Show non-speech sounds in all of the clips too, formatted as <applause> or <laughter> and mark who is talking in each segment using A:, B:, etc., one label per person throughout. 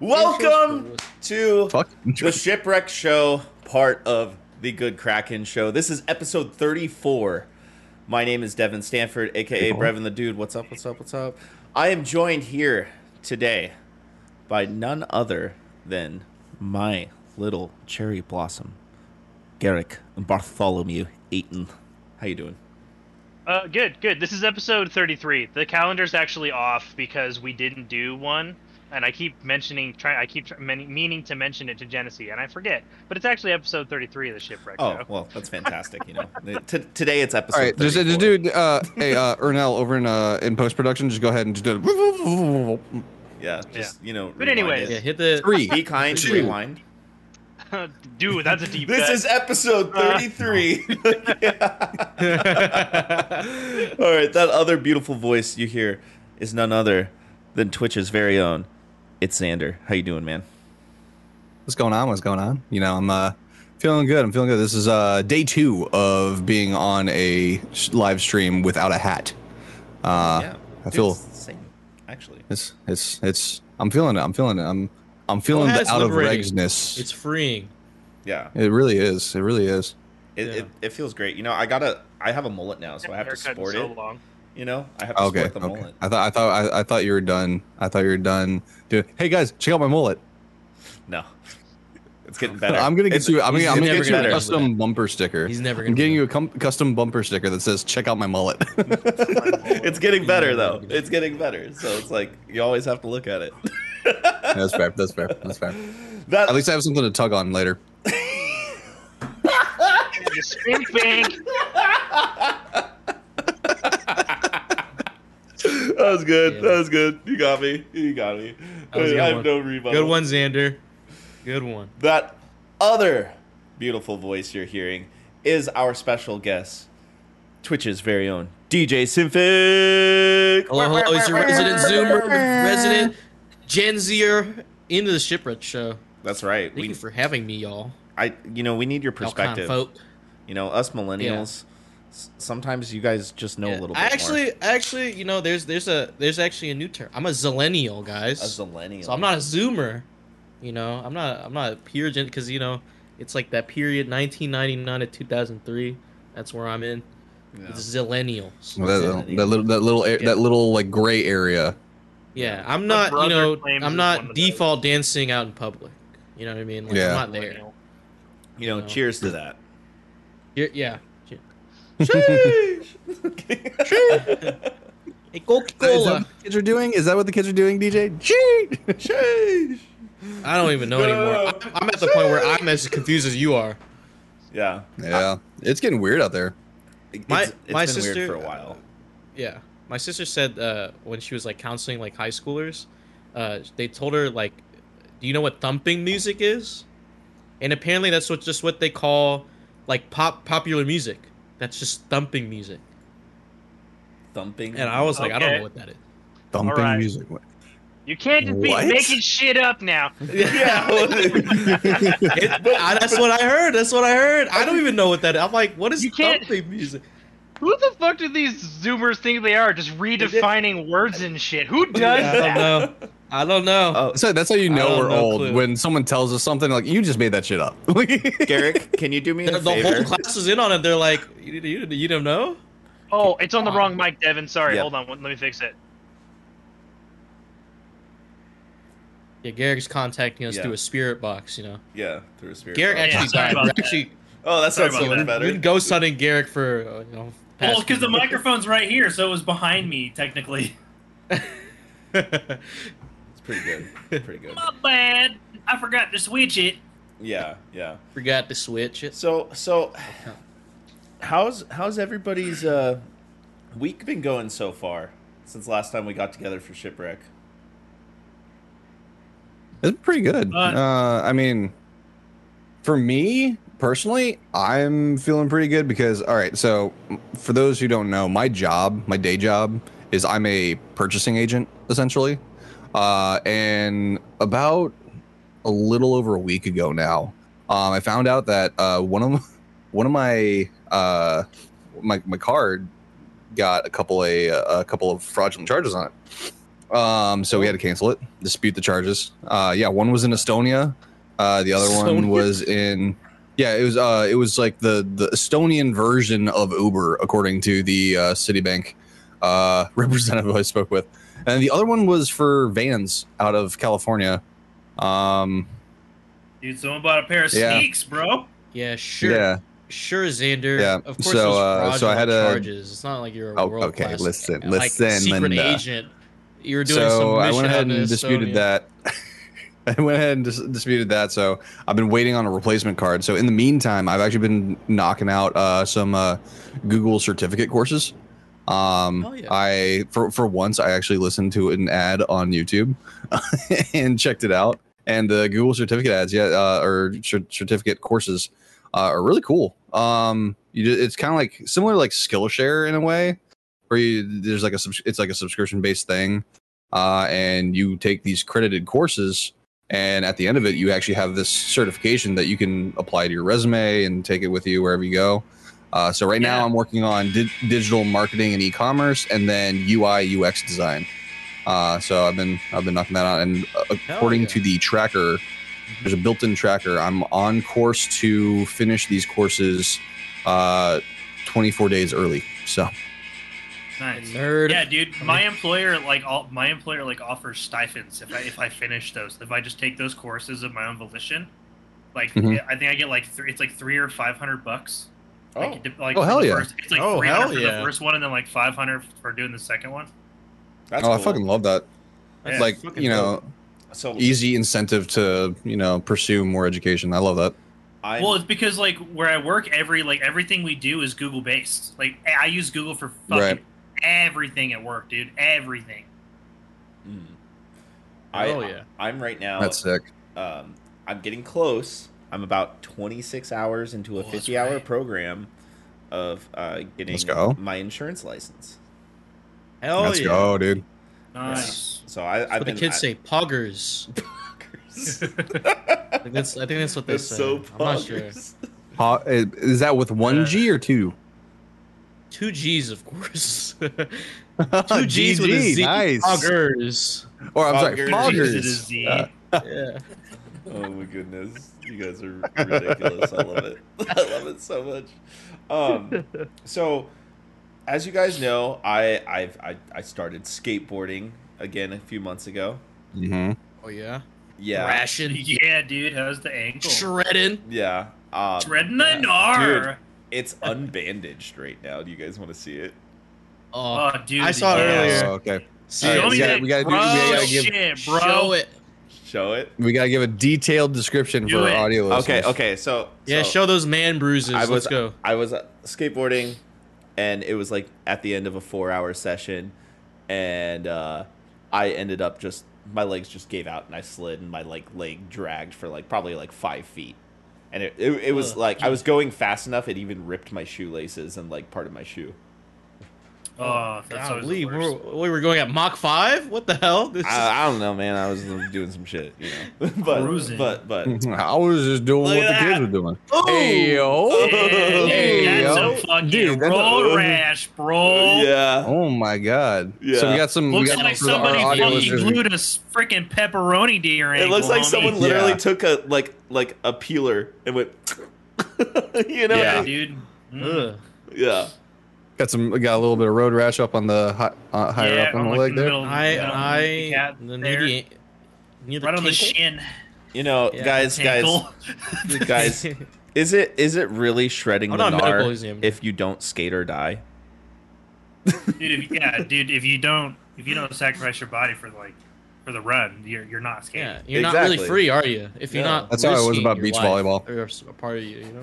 A: Welcome to
B: Fuck.
A: the Shipwreck Show, part of the Good Kraken Show. This is episode 34. My name is Devin Stanford, aka Brevin the Dude. What's up? What's up? What's up? I am joined here today by none other than my little cherry blossom, Garrick Bartholomew Eaton. How you doing?
C: Uh, good, good. This is episode 33. The calendar's actually off because we didn't do one, and I keep mentioning, try, I keep tr- men- meaning to mention it to Genesee, and I forget. But it's actually episode 33 of the shipwreck
A: Oh,
C: show.
A: well, that's fantastic. You know,
C: <laughs>
A: T- today it's episode.
B: All right, just, just
A: 34.
B: do uh, hey uh, Ernell over in uh, in post production. Just go ahead and just do it.
A: Yeah, just you know.
C: But
A: rewind
C: anyways.
A: it.
D: Yeah, hit the
A: be
B: three.
A: kind,
B: Two.
A: rewind.
C: <laughs> Dude, that's a deep.
A: This
C: cut.
A: is episode <laughs> 33. All right, that other beautiful voice you hear is none other than Twitch's very own. It's Xander. How you doing, man?
B: <laughs> What's going on? What's going on? You know, I'm uh, feeling good. I'm feeling good. This is uh, day two of being on a sh- live stream without a hat. Uh, I
A: Dude,
B: feel
A: it's the same, actually.
B: it's it's it's. I'm feeling it. I'm feeling it. I'm I'm feeling
D: hat
B: the
D: is
B: out of
D: liberating.
B: regsness.
D: It's freeing.
A: Yeah,
B: it really is. It really is.
A: it,
D: Yeah.
A: It, it feels great. You know, I gotta. I have a mullet now, so I have to
C: Haircut in
A: sport
C: so
A: it.
C: long.
A: You know, I have to
B: Okay.
A: sport the
B: okay.
A: mullet.
B: I thought I thought I, I thought you were done. I thought you were done. Dude, hey guys, check out my mullet.
A: No, <laughs> it's getting better.
B: I'm gonna get
A: It's-
B: you. I'm gonna,
D: he's
B: I'm gonna
D: never
B: get
A: <laughs>
B: you
D: gonna
B: a
D: do
B: custom bumper sticker.
D: He's never
B: I'm
D: gonna.
B: getting
D: do
B: you
D: it.
B: a com- custom bumper sticker that says "Check out my <laughs> mullet."
A: it's getting better though.
D: Yeah.
A: It's getting better. So it's like you always have to look at it. <laughs>
B: that's fair. That's fair. That's <laughs> fair.
A: That
B: At least I have something to tug on later.
C: Just Squink bink.
A: That was good.
D: Yeah.
A: That was good. You got me. You got me. I
D: That was a good
A: have
D: one.
A: no rebuttal.
D: Good one, Xander. Good one.
A: That other beautiful voice you're hearing is our special guest, Twitch's very own DJ Simfic.
D: Hello, hello. He's your resident Zoomer, resident Gen Zer into the shipwreck show.
A: That's right.
D: Thank you
A: We,
D: for having me, y'all.
A: I, you know, we need your
D: Y'all kind
A: perspective.
D: folk.
A: You know, us millennials. s- Sometimes you guys just know
D: Yeah.
A: a little. bit
D: I
A: more.
D: actually, I actually, you know, there's there's a there's actually a new term. I'm a zillennial,
A: a
D: guys.
A: millennial.
D: so I'm not a zoomer. You know, I'm not I'm not a pure gen because you know it's like that period 1999 to 2003. That's where I'm in. It's zillennials.
B: That, that little, that little, air that little like gray area.
D: Yeah, I'm
C: My
D: not, you
C: brother
D: know,
C: claims he's
D: I'm
C: one
D: not
C: of those.
D: default dancing out in public. You know what I mean? Like,
B: Yeah.
D: I'm <laughs> not there.
A: You know,
D: No.
A: cheers to that.
D: You're, yeah.
A: Sheesh.
D: <laughs> Hey, Coca Cola.
B: the kids are doing? Is that what the kids are doing, DJ? Cheat!
A: Sheesh.
D: I don't even know anymore.
A: No.
D: I'm, I'm at the point where I'm as confused as you are.
A: <laughs> Yeah.
B: Yeah, it's getting weird out there.
A: It's,
D: My-
A: it's
D: my
A: been
D: sister-
A: weird for a while.
D: Yeah. My sister said uh, when she was like counseling like high schoolers, uh, they told her like, "Do you know what thumping music is?" And apparently that's what just what they call like pop popular music. That's just thumping music.
A: Thumping.
D: And I was like, I don't
C: Okay.
D: know what that is.
B: Thumping
C: Alright.
D: <laughs>
B: music.
C: You can't just be
B: What?
C: making shit up now.
A: yeah.
D: It- I- that's what I heard. That's what I heard. I don't even know what that. I'm like, what is
C: You can't-
D: thumping
C: <laughs>
D: music?
C: Who the fuck do these Zoomers think they are? Just redefining words and shit. Who does
D: I don't
C: that?
D: know. I don't know.
A: Oh,
B: So that's how you
D: I
B: know
D: don't
B: we're
D: know
B: old
D: clue.
B: when someone tells us something like you just made that shit up.
A: <laughs>
B: <laughs>
A: Garrick, can you do me
D: the,
A: a
D: the
A: favor?
D: whole class is in on it. They're like, you, you, you don't know?
C: Oh, it's on the wrong mic, Devin. Sorry,
A: Uh, Yeah.
C: hold on. Let me fix it.
D: Yeah, Garrick's contacting us
A: Yeah.
D: through a spirit box. You know,
A: yeah, through a spirit.
D: Garrick
A: box.
D: actually
C: Yeah, sorry
D: died.
C: about
D: We're
C: that.
D: actually,
A: Oh, that sounds
E: Sorry
A: so much
E: about that.
D: we've
A: better.
D: been ghost hunting Garrick for uh, you know. past
E: Well, because the
D: few years.
E: microphone's right here, so it was behind me technically. <laughs>
A: It's pretty good. Pretty good.
E: My bad. I forgot to switch it.
A: Yeah, yeah.
D: <laughs> forgot to switch it.
A: So, so how's how's everybody's uh, week been going so far since last time we got together for shipwreck?
B: It's pretty good.
E: Uh,
B: Uh, I mean, for me personally, I'm feeling pretty good because, all right, so for those who don't know, my job, my day job, is I'm a purchasing agent essentially. Uh, and about a little over a week ago now, um, I found out that uh, one of one of my uh, my my card got a couple a, a couple of fraudulent charges on it. Um, so we had to cancel it, dispute the charges. Uh, yeah, one was in Estonia. Uh, the other
D: Estonia?
B: one was in. Yeah, it was. Uh, it was like the the Estonian version of Uber, according to the uh, Citibank uh, <laughs> representative I spoke with. And the other one was for vans out of California. Um,
E: Dude, someone bought a pair of
B: Yeah.
E: sneaks, bro.
D: Yeah, sure.
B: Yeah.
D: Sure, Xander.
B: Yeah,
D: Of course,
B: so,
D: those
B: uh, so I had
D: fraudulent
B: a-
D: charges. It's not like you're a
B: Oh,
D: world
B: okay,
D: class.
B: listen,
D: like,
B: listen,
D: secret
B: Linda.
D: agent. You were doing
B: so
D: some
B: I
D: mission
B: went
D: out
B: ahead
D: in
B: and disputed
D: Estonia.
B: that. <laughs> I went ahead and dis- disputed that. So I've been waiting on a replacement card. So in the meantime, I've actually been knocking out uh, some uh, Google certificate courses. Um,
D: Hell yeah.
B: I for for once I actually listened to an ad on YouTube <laughs> and checked it out. And the Google certificate ads, yeah, uh, or cer- certificate courses, uh, are really cool. Um, you ju- it's kind of like similar to like Skillshare in a way, where you, there's like a subs- it's like a subscription based thing, uh, and you take these credited courses, and at the end of it, you actually have this certification that you can apply to your resume and take it with you wherever you go. Uh, so right now,
E: Yeah.
B: I'm working on di- digital marketing and e-commerce, and then UI UX design. Uh, so I've been I've been knocking that out, and uh, according
D: yeah.
B: to the tracker, there's a built-in tracker. I'm on course to finish these courses uh, 24 days early. So
E: Nice.
D: Nerd.
E: Yeah, dude. My employer like all my employer like offers stipends if I if I finish those. If I just take those courses of my own volition, like
B: Mhm.
E: I think I get like three. It's like three or five hundred bucks. Like, it dep- like
B: Oh,
E: for
B: hell
E: the
B: yeah.
E: First, it's like
D: Oh,
E: three hundred
D: hell
E: for
D: yeah.
E: the first one, and then like five hundred for doing the second one.
A: That's
B: oh, I
A: cool.
B: fucking love that.
E: Yeah.
B: like you know,
A: so
B: easy incentive to you know pursue more education. I love that.
A: I'm,
E: well, it's because like where I work, every like everything we do is Google based. Like I I use Google for fucking
B: Right.
E: everything at work, dude. Everything.
A: mm. I,
D: Oh yeah.
A: I'm right now.
B: That's sick.
A: um, I'm getting close. I'm about 26 hours into a
D: Oh, that's
A: 50 hour
D: right.
A: program of uh, getting
B: Let's go.
A: my insurance license.
E: Oh,
D: Hell
B: Let's
D: yeah.
B: go, Oh, dude.
E: Nice.
A: So I,
D: That's
A: I've
D: what
A: been
D: the kids say, poggers.
A: say. <laughs>
D: <laughs> I think that's, I think that's what they
A: They're
D: say.
A: so
D: I'm not sure.
A: poggers.
B: Pa- eh, is that with one G
E: <laughs>
B: or two?
D: Two G's, of
B: <laughs>
D: course. Two
B: two
D: G's with a Z.
B: Nice.
A: <laughs>
D: Poggers.
B: Or I'm sorry,
A: Poggers.
E: Is it a Z?
B: poggers. Uh,
D: Yeah.
A: <laughs> Oh my goodness, you guys are ridiculous. I love it. <laughs> I love it so much.
D: <laughs>
A: Um, so, as you guys know, I I've, I I started skateboarding again a few months ago.
B: Mhm.
D: Oh yeah.
A: Yeah,
D: Ration.
E: Yeah, dude. How's the ankle?
D: Shredding.
A: yeah. Um,
E: Dreading the
A: Dude.
E: gnar.
A: it's unbandaged right now. Do you guys want to see it?
D: Oh,
E: Oh, dude.
D: I saw it
E: yes.
D: earlier.
B: Oh, okay.
D: see
E: Show
B: All right,
E: me
B: we gotta-
E: that
B: we gotta do- we
E: bro
B: gotta give-
E: shit, bro.
D: Show it.
A: Show it.
B: We gotta give a detailed description
E: Do
B: for
E: it.
B: our audio.
A: Okay,
B: listeners.
A: okay. So
D: Yeah,
A: so
D: show those man bruises.
A: I was-
D: Let's go.
A: I was uh, skateboarding, and it was like at the end of a four-hour session, and uh, I ended up just my legs just gave out, and I slid, and my like leg dragged for like probably like five feet, and it it, it was
D: Ugh.
A: like I was going fast enough, it even ripped my shoelaces and like part of my shoe.
E: Oh, that's always
D: Golly,
E: the
D: we
E: worst.
D: were, we were going at Mach 5? What the hell? This is-
A: I, I don't know, man. I was doing some shit, you know. <laughs> but
E: Cruising.
A: but but
B: <laughs> I was just doing
E: Look
B: what the
E: at
B: kids
E: that.
B: were doing.
D: Ooh!
A: oh.
B: Ayo.
E: Yeah, dude, that's
B: Ayo.
E: a fucking
B: Dude, that's a-
E: road rash, bro.
A: yeah.
B: Oh my god! So
A: Yeah.
B: we got some.
E: Looks
B: we got
E: like
B: for the- our
E: somebody
B: audio
E: fucking
B: listeners, we-
E: glued a s- freaking pepperoni to your
A: It
E: ankle.
A: looks like
E: homie.
A: someone literally
B: Yeah.
A: took a like like a peeler and went. <laughs> you know.
E: Yeah,
A: Yeah.
E: dude. Mm.
D: Ugh.
A: yeah.
B: Got some. Got a little bit of road rash up on the hi, uh, higher
E: yeah,
B: up on
E: I'm
B: the
E: like
B: leg
E: in
B: there.
E: middle of the-
D: I,
E: middle of Oh, the
D: I,
E: kneecap
D: the
E: there.
D: near the, near the
E: right on the
D: tinkle?
E: shin.
A: You know,
D: Yeah.
A: guys, guys,
B: <laughs>
E: ankle.
A: guys. Is it is it really shredding
D: I'm
A: the
D: not a medical
A: gnar
D: examiner.
A: if you don't skate or die?
E: dude. If, yeah, dude. If you don't, if you don't sacrifice your body for like, for the run, you're you're not skating.
D: <laughs> yeah, you're not
A: Exactly.
D: really free, are you? If you're
A: No.
D: not,
B: That's how I was
D: risking
B: about
D: your
B: beach
D: life
B: volleyball.
D: Or s- a part of you, you know.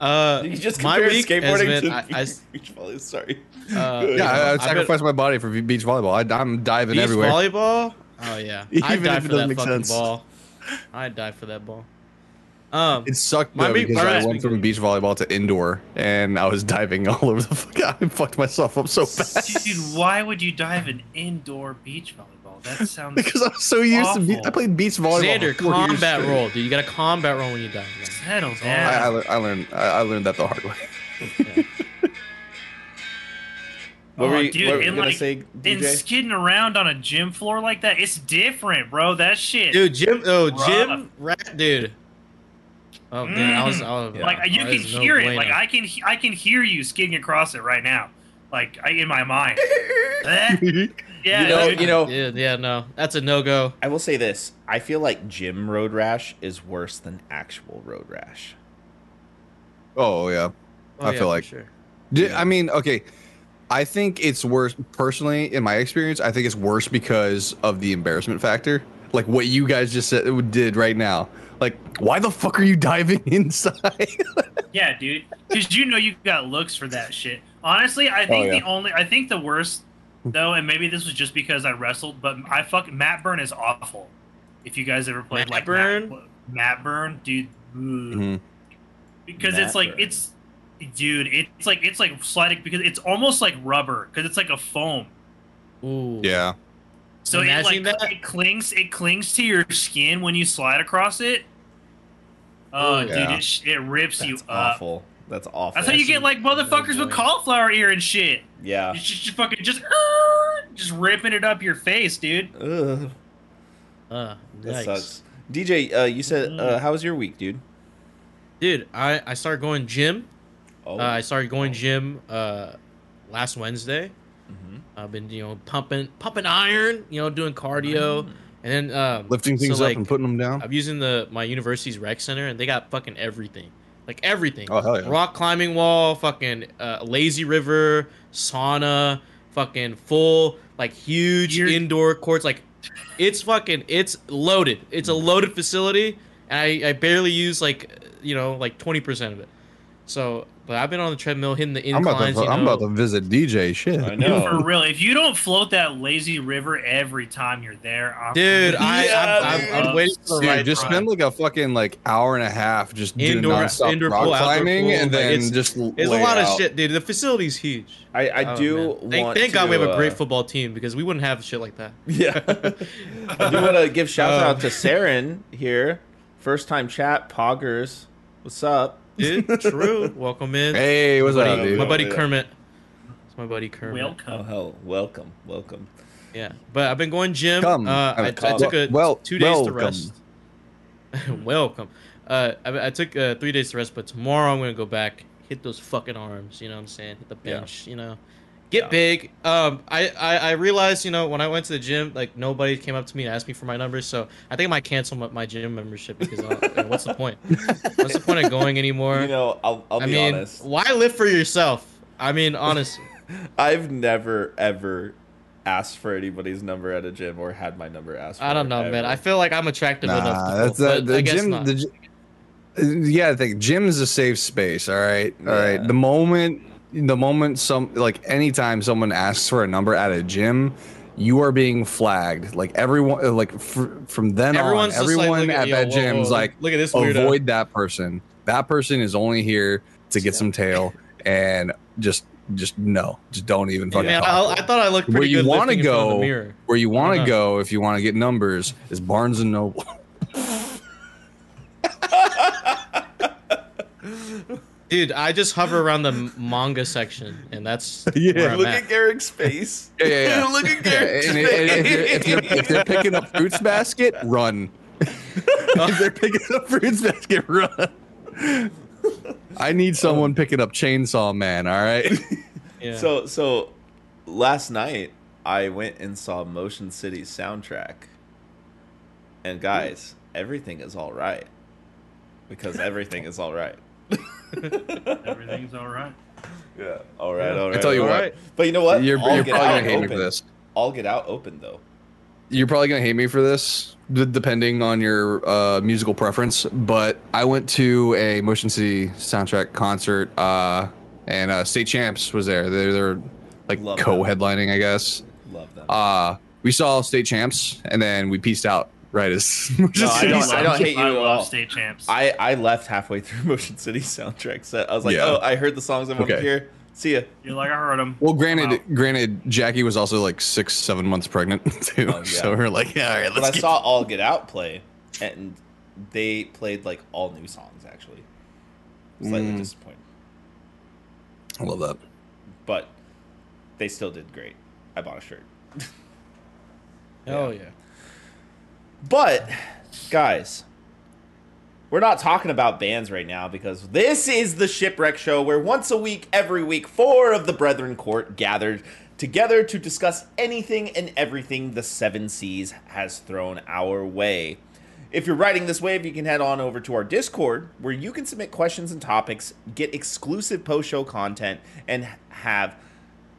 D: Uh,
A: You just
D: my
A: compare
D: week has
A: skateboarding
D: been-
A: to
D: I- I s-
A: beach volley. Sorry. <laughs>
D: Uh,
A: Good.
B: Yeah, I, I
D: I've been-
B: sacrificed my body for v- beach volleyball. I, am diving
D: beach
B: everywhere.
D: volleyball. Oh yeah, I
B: <laughs> Even
D: die
B: if
D: for
B: it
D: that
B: doesn't make
D: fucking
B: sense. <laughs>
D: ball. I die for that ball. Um,
B: It sucked
D: My
B: though
D: beach-
B: because
D: my
B: I
D: last
B: went
D: beach-
B: from beach volleyball to indoor, and I was diving all over the fuck. I fucked myself up so bad
E: Dude, why would you dive in indoor beach volleyball?
B: <laughs>
E: That sounds
B: <laughs> because I was so used to. Beach,
E: Awful.
B: I played beach volleyball.
D: Xander,
B: for four years
D: combat
B: straight.
D: roll, dude. You got a combat roll when you die. man.
E: settle
B: Oh, I, I,
E: down.
B: lear- I learned. I, I learned that the hard way.
A: What were
E: Oh,
A: you,
E: dude,
A: what were you
E: and,
A: gonna
E: like,
A: say,
E: And
A: DJ?
E: skidding around on a gym floor like that, it's different, bro. That shit.
D: dude. Jim, oh
E: Rough.
D: Jim, rat dude. Oh man, I was, I was
A: Mm.
E: like
D: oh,
E: you can
D: there's no
E: hear it.
D: bueno.
E: Like I can, he- I can hear you skidding across it right now. Like I, in my mind.
B: <laughs>
E: Eh,
D: <laughs>
E: yeah.
A: You know-
E: dude.
A: you know-
D: yeah, yeah, no, that's a no go.
A: I will say this: I feel like gym road rash is worse than actual road rash.
B: Oh yeah.
D: Oh,
B: I
D: yeah,
B: feel
D: for
B: like-
D: sure.
B: Di- I mean, okay. I think it's worse personally in my experience. I think it's worse because of the embarrassment factor. Like what you guys just said did right now. Like, why the fuck are you diving <laughs> inside?
E: Yeah, dude. Because you know you got looks for that shit. Honestly, I think
B: yeah.
E: the only, I think the worst though, and maybe this was just because I wrestled, but I fuck Matt Burn is awful. If you guys ever played
D: Matt
E: like
D: Burn?
E: Matt, Matt Burn, dude. ugh.
B: Mm-hmm.
D: Mm-hmm.
E: because
A: Matt
E: it's like
A: Burn.
E: it's, dude. It's like it's like sliding because it's almost like rubber because it's like a foam.
D: Ooh,
B: Yeah.
E: So it
D: Imagine
E: like
D: that.
E: it clings it clings to your skin when you slide across it. Oh,
D: Ooh.
E: dude,
B: Yeah.
E: it, sh- it rips
A: That's
E: you up.
A: awful. That's awful.
E: That's how you get like motherfuckers with
D: boy.
E: cauliflower ear and shit.
A: yeah.
E: It's just, just fucking just "Arr!" just ripping it up your face, dude.
A: Ugh,
D: Uh,
A: that
D: yikes.
A: sucks. DJ, uh, you said, uh, how was your week, dude?
D: dude. I I started going gym.
A: Oh,
D: Uh, I started going gym uh last Wednesday.
A: mhm.
D: I've been you know pumping pumping iron, you know doing cardio, and then um,
B: Lifting
D: so,
B: things up
D: like, uh,
B: and putting them down.
D: I'm using the my university's rec center, and they got fucking everything, like everything.
B: Oh, hell yeah.
D: Rock climbing wall, fucking uh, lazy river, sauna, fucking full like huge
E: You're-
D: indoor courts. Like it's fucking it's loaded. It's
B: Mm.
D: a loaded facility, and I I barely use like you know like twenty percent of it. So, but I've been on the treadmill hitting the
B: I'm
D: inclines.
B: about to
D: you
B: I'm
D: know.
B: about to visit DJ shit.
A: I
E: Dude, for
A: know.
E: real, if you don't float that lazy river every time you're there, I'm
D: Dude, I,
A: Yeah,
D: I'm,
A: dude.
D: I'm, I'm waiting for the
B: Dude,
D: right
B: just
D: time.
B: spend like a fucking like hour and a half just
D: Indoor-
B: doing nonstop
D: indoor
B: rock
D: pool, outdoor
B: climbing
D: pool,
B: and
D: like,
B: then
D: it's-
B: just
D: There's a
B: lay
D: lot of
B: out.
D: shit, dude. The facility's huge.
A: I, I
D: Oh,
A: do
D: man. Thank,
A: want
D: thank God we
A: to,
D: have a great
A: uh,
D: football team because we wouldn't have shit like that.
A: <laughs> Yeah. I do want to
D: <laughs>
A: give shout
D: Um.
A: out to Saren here. First time chat, Poggers. What's up?
D: Dude, true. Welcome in.
B: Hey, what's
D: my
B: up,
D: buddy,
B: dude?
D: my buddy
A: Yeah.
D: Kermit. It's my buddy Kermit.
A: Oh,
E: welcome.
A: hell. Welcome. Welcome.
D: Yeah, but I've been going gym.
B: Come.
D: Uh, I, I
A: Come.
D: took a
B: Well-
D: two days
B: welcome.
D: to rest. <laughs> welcome. Uh, I, I took uh, three days to rest, but tomorrow I'm gonna go back, hit those fucking arms. You know what I'm saying? Hit the
A: Yeah.
D: bench. You know, get
A: Yeah.
D: big. Um, I, I I realized you know when I went to the gym, like nobody came up to me and asked me for my numbers, so I think I might cancel my, my gym membership because I, <laughs> what's the point? What's the point of going anymore?
A: You know, I'll, I'll
D: I
A: be
D: mean,
A: honest.
D: why live for yourself? I mean, honestly.
A: I've never, ever asked for anybody's number at a gym or had my number asked for.
D: I don't know, man.
A: ever.
D: I feel like I'm attractive enough.
B: Nah,
D: To
B: that's
D: both,
B: uh,
D: but
B: the
D: I guess
B: gym.
D: not.
B: The, gy- you gotta think. Gym is a safe space. All right, all right.
A: Yeah.
B: The moment, the moment, some like anytime someone asks for a number at a gym, you are being flagged. Like everyone, uh, like fr- from then
D: Everyone's
B: on,
D: just like,
B: everyone
D: look
B: at
D: yo,
B: that
D: whoa,
B: gym is
D: whoa,
B: like,
D: look at this weirdo.
B: avoid that person. That person is only here to get some tail, and just, just no, just don't even fucking.
D: Man,
B: talk
D: I,
B: to
D: I
B: them.
D: thought I looked
B: Where
D: pretty
B: you
D: good.
B: wanna
D: lifting in front of
B: go-
D: the mirror.
B: Where you want
D: Uh-huh.
B: to go if you want to get numbers is Barnes and
A: <laughs>
B: Noble. <laughs>
D: dude? I just hover around the m- manga section, and that's
B: <laughs> Yeah.
D: <laughs> where I'm
A: Look
D: at.
A: at
D: <laughs>
A: Garrick's face.
B: Yeah, yeah, yeah.
A: <laughs> Look at
B: Yeah,
A: Garrick's
B: and i- and if, they're, if, they're, if they're picking up fruits basket, run. <laughs> if they're picking up fruits basket, run. I need someone picking up Chainsaw Man. All right.
D: Yeah.
A: So, so last night I went and saw Motion City soundtrack, and guys, everything is all right because everything is all right.
E: Everything's all right.
A: Yeah, all right,
D: Yeah.
A: all
D: I
A: right.
B: tell you
A: all
B: what,
A: right. but you know what?
B: You're,
A: All
B: you're probably
A: Get Out
B: gonna hate me
A: open.
B: for this.
A: All Get Out open though.
B: You're probably gonna hate me for this, d- depending on your uh, musical preference. But I went to a Motion City soundtrack concert, uh, and uh, State Champs was there. They're, they're like
A: Love them.
B: co-headlining, I guess.
A: Love them.
B: uh we saw state champs and then we peaced out right as
A: <laughs>
B: <laughs>
A: No, I don't- I don't hate you
E: I
A: at
E: love
A: all.
E: state champs.
A: I I left halfway through <laughs> Motion City soundtrack set. I was like,
B: Yeah.
A: oh, I heard the songs I want to
B: Okay.
A: hear. See ya.
E: You're like I heard them.
B: well granted granted jackie was also like six seven months pregnant <laughs> too
A: Oh, yeah.
B: so we're like yeah all right
A: But
B: let's
A: I
B: get
A: saw All Get Out play, and they played like all new songs actually. Slightly
B: Mm.
A: disappointed,
B: i love that
A: but they still did great. I bought a shirt.
D: Hell yeah.
A: But, guys, we're not talking about bands right now because this is the Shipwreck Show where once a week, every week, four of the Brethren Court gathered together to discuss anything and everything the Seven Seas has thrown our way. If you're riding this wave, you can head on over to our Discord where you can submit questions and topics, get exclusive post show content, and have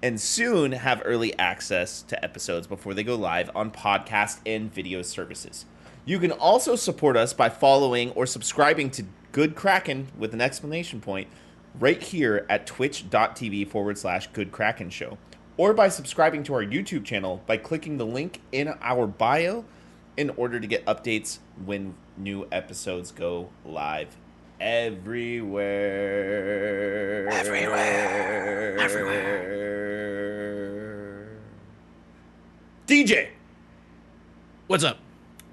A: and soon have early access to episodes before they go live on podcast and video services. You can also support us by following or subscribing to Good Kraken with an exclamation point right here at twitch.tv forward slash Good Kraken Show, or by subscribing to our YouTube channel by clicking the link in our bio in order to get updates when new episodes go live everywhere. Everywhere. Everywhere. DJ.
D: What's up?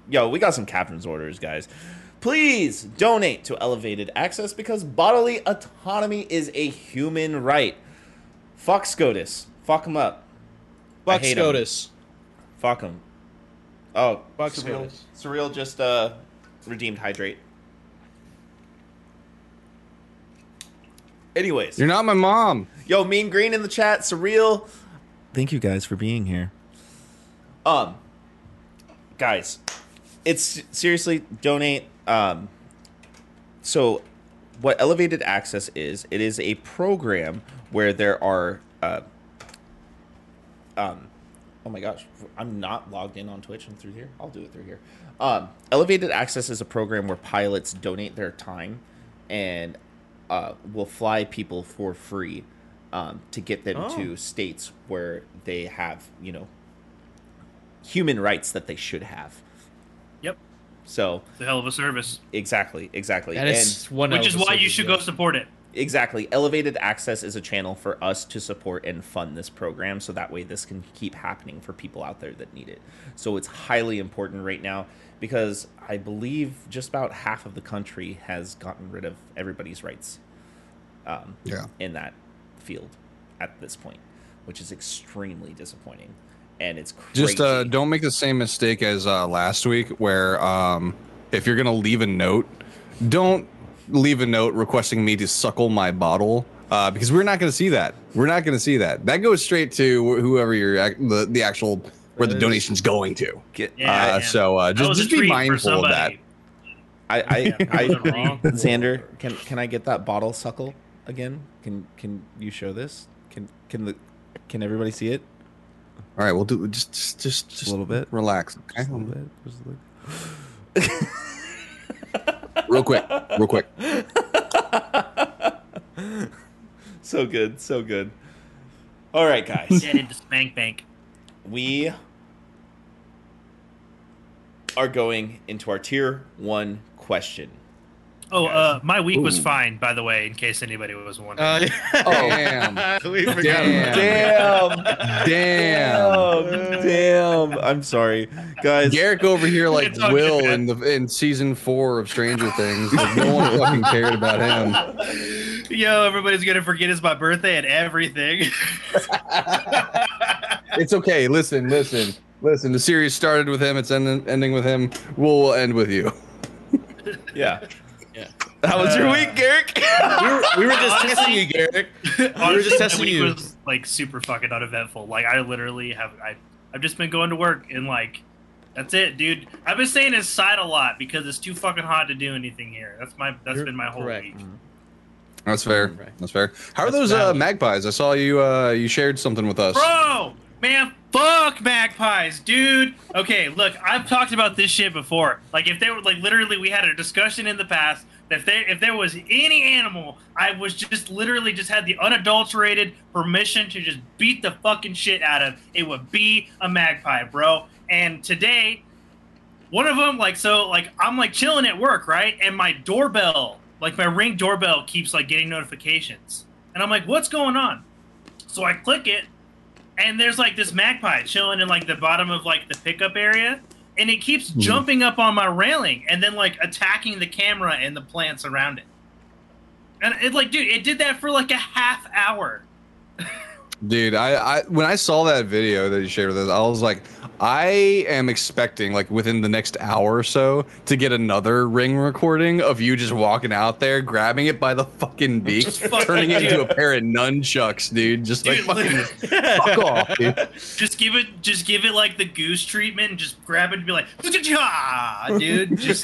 A: Yo, we got some captain's orders, guys. Please donate to Elevated Access because bodily autonomy is a human right. Fuck SCOTUS. Fuck him up. I
D: Fuck
A: hate 'em.
D: SCOTUS.
A: Fuck him. Oh,
D: Fuck
A: surreal.
D: SCOTUS.
A: Surreal just uh, redeemed hydrate. Anyways,
B: You're not my mom.
A: yo, Mean Green in the chat, surreal. Thank you guys for being here. Um, guys, it's seriously donate. Um, so what elevated access is? It is a program where there are uh, um, oh my gosh, I'm not logged in on Twitch. I'm through here. I'll do it through here. Um, Elevated Access is a program where pilots donate their time and uh, will fly people for free um, to get them
D: Oh.
A: to states where they have, you know, human rights that they should have.
E: Yep.
A: So
E: It's a hell of a service,
A: exactly, exactly,
D: That is one
E: which
D: of
E: is
D: the
E: why you
D: services,
E: should
D: yeah.
E: go support it.
A: Exactly. Elevated Access is a channel for us to support and fund this program so that way this can keep happening for people out there that need it. So it's highly important right now because I believe just about half of the country has gotten rid of everybody's rights um,
B: Yeah.
A: in that field at this point, which is extremely disappointing. And it's crazy.
B: Just uh, don't make the same mistake as uh, last week, where um, if you're gonna leave a note, don't leave a note requesting me to suckle my bottle, uh, because we're not gonna see that. We're not gonna see that. That goes straight to wh- whoever you're ac- the the actual where the
D: Right.
B: donation's going to.
A: Get-
E: Uh, Yeah,
B: uh,
E: yeah.
B: So uh,
E: That
B: just,
E: was a
B: just be
E: treat for
B: mindful of that.
E: somebody.
A: I, <laughs> I,
E: Yeah,
A: I,
E: that was wrong.
A: <laughs> Xander, can can I get that bottle suckle again? Can can you show this? Can can the can everybody see it?
B: All right, we'll do just just just, just
A: little bit.
B: Relax, okay?
A: Just a little bit, just a little-
B: real quick,
E: <laughs>
B: real quick.
A: so good, so good. All right, guys, <laughs>
E: Get into Spank Bank.
A: we are going into our tier one question.
E: Oh, uh, my week was
B: Ooh.
E: fine, by the way, in case anybody was wondering.
D: Uh,
B: <laughs>
D: <laughs>
B: Damn.
D: we forgot.
B: Damn.
A: Damn,
B: Damn.
A: damn! I'm sorry, guys.
B: Garrick over here like
E: It's all
B: Will
E: good,
B: in the in season four of Stranger Things. Like, no one fucking cared about him.
E: Yo, everybody's gonna forget it's my birthday and everything.
B: It's okay. Listen, listen, listen. The series started with him. It's ending ending with him. We'll, we'll end with you.
A: Yeah,
D: Yeah.
A: How was your week, Garrick?
D: <laughs> we, were, we were just
E: Honestly-
D: testing you, Garrick. <laughs> we were
E: <laughs> Honestly,
D: just
E: my
D: testing
E: week
D: you.
E: was like super fucking uneventful. Like I literally have I I've just been going to work and like that's it, dude. I've been staying inside a lot because it's too fucking hot to do anything here. That's my that's
D: You're
E: been my whole
D: correct.
E: week.
B: That's fair.
D: Right.
B: That's fair. How are
D: That's
B: those uh,
D: valid.
B: magpies? I saw you. Uh, you shared something with us.
E: Bro, man, fuck magpies, dude. Okay, look, I've talked about this shit before. Like if they were like literally we had a discussion in the past that if there if there was any animal, I was just literally just had the unadulterated permission to just beat the fucking shit out of, it would be a magpie, bro. And today one of them like so like i'm like chilling at work right and my doorbell like my ring doorbell keeps like getting notifications and i'm like what's going on so i click it and there's like this magpie chilling in like the bottom of like the pickup area and it keeps
B: Mhm.
E: jumping up on my railing and then like attacking the camera and the plants around it and it like dude it did that for like a half hour
B: Dude, I, I when I saw that video that you shared with us, I was like, I am expecting like within the next hour or so to get another ring recording of you just walking out there, grabbing it by the fucking beak,
E: Fuck
B: turning it
E: you.
B: into a pair of nunchucks, dude. Just
E: Dude,
B: like fucking
E: look-
B: fuck off, dude.
E: just give it, just give it like the goose treatment, and just grab it and be like, "Ja," dude. <laughs> Just,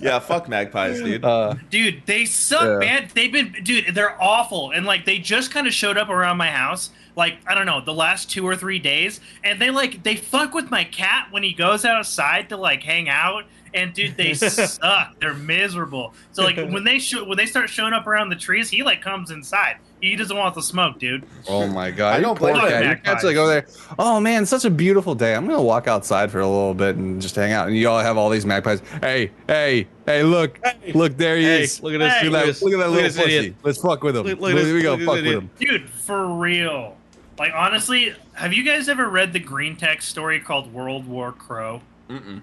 A: yeah, fuck magpies, dude.
B: Uh,
E: dude, they suck,
B: Yeah.
E: man. They've been, dude, they're awful, and like they just kind of showed up around my house, like I don't know, the last two or three days, and they like they fuck with my cat when he goes outside to like hang out. And dude,
B: <laughs>
E: they suck. They're miserable. So like when they show when they start showing up around the trees, he like comes inside. He doesn't want the smoke, dude.
B: Oh my
A: I
B: god! I
A: don't
B: don't poor
A: blame
E: you.
B: cat. Your cat's like over there. Oh man, such a beautiful day. I'm gonna walk outside for a little bit and just hang out. And you all have all these magpies. Hey, hey, hey! Look,
D: Hey.
B: look! There he
D: Hey,
B: is.
D: look at this,
B: Look at
D: look at
B: that,
D: this,
B: look at that
D: look at
B: little
D: this
B: pussy.
D: idiot.
B: Let's fuck with him.
D: Look- look
B: Look,
D: at this-
B: we go
D: look at
B: fuck
D: this
B: with
D: idiot.
B: him.
E: Dude, for real. Like honestly, have you guys ever read the green text story called World War Crow?
A: Mm-mm.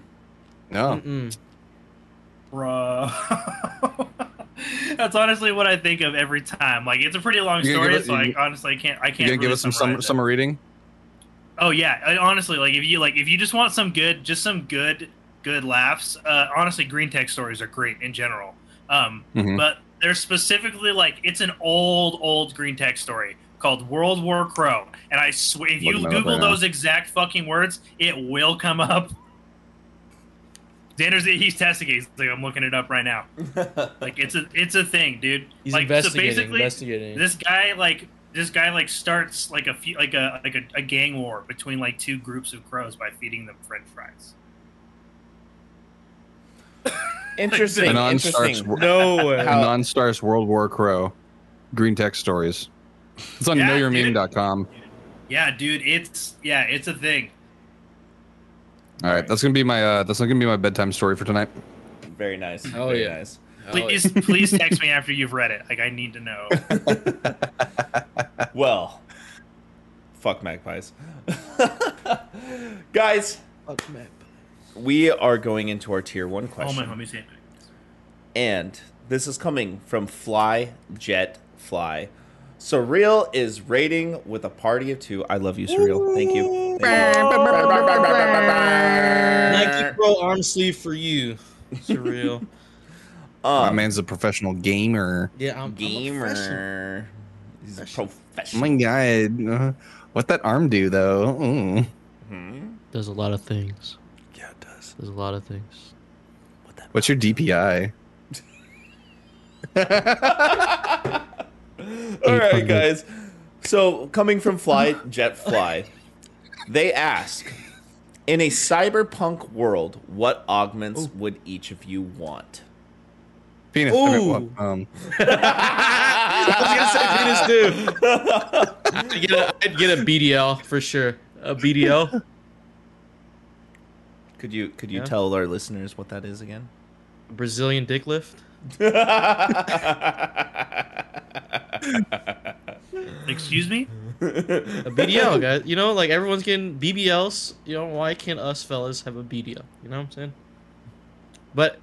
B: No,
D: Mm-mm.
E: Bruh. <laughs> That's honestly what I think of every time. Like it's a pretty long
B: You gonna
E: story,
B: give us-
E: so
B: you-
E: like honestly I can't I can't
B: you gonna give
E: really
B: us some
E: summarize
B: summer,
E: it.
B: summer reading?
E: Oh yeah, I, honestly like if you like if you just want some good just some good good laughs, uh honestly green text stories are great in general. Um
B: Mhm.
E: but they're specifically like it's an old old green tech story called world war crow and i swear if you
B: Looking that up
E: google
B: right now.
E: those exact fucking words it will come up Xander's he's testing it. He's like, I'm looking it up right now. Like it's a it's a thing, dude.
D: He's
E: like
D: investigating.
E: so basically
D: investigating.
E: this guy like this guy like starts like a few like a like a, a gang war between like two groups of crows by feeding them French fries.
A: Interesting.
B: A non-starch,
A: interesting.
B: wor-
D: no way.
B: a
A: How-
B: non-starch World War Crow, green text stories. It's on
E: Yeah,
B: knowyourmeme.com.
E: Yeah, dude, it's yeah, it's a thing.
B: All right, that's gonna be my uh, that's gonna be my bedtime story for tonight.
A: Very nice.
D: Oh,
A: very
D: yeah.
A: nice.
D: Oh, yeah.
E: Please, please text me after you've read it. Like, I need to
B: <laughs>
E: know.
A: Well, fuck magpies. <laughs> Guys, we are going into our tier one
E: Oh
A: question.
E: my homies hate me.
A: and this is coming from Fly Jet Fly. Surreal is rating with a party of two. I love you, Surreal. Thank you.
D: Nike
A: Thank you.
D: Pro arm sleeve for you. Surreal.
B: My
A: Um,
B: man's a professional gamer.
D: <laughs> Yeah, I'm gamer.
A: gamer. He's a
B: Oh my
A: professional.
B: god. Uh, What that arm do though? Mm.
A: Hmm?
D: Does a lot of things.
A: Yeah, it does.
D: There's a lot of things.
A: What that?
B: What's your DPI?
A: All right, guys. So, coming from Fly Jet Fly, they ask In a cyberpunk world, what augments would each of you
D: <laughs>
A: want?
B: Penis. I meant,
D: Ooh.
B: what? um,
A: I
D: I was gonna I'd get a, I'd get a BDL for sure. A
A: <laughs>
D: BDL.
A: <laughs> Could you could you
D: Yeah.
A: tell our listeners what that is
D: <laughs>
A: again?
D: Brazilian dick lift.
E: Excuse me?
D: A BDL, guys. You know, like everyone's getting BBLs. You know, why can't us fellas have a BDL? You know what I'm saying? But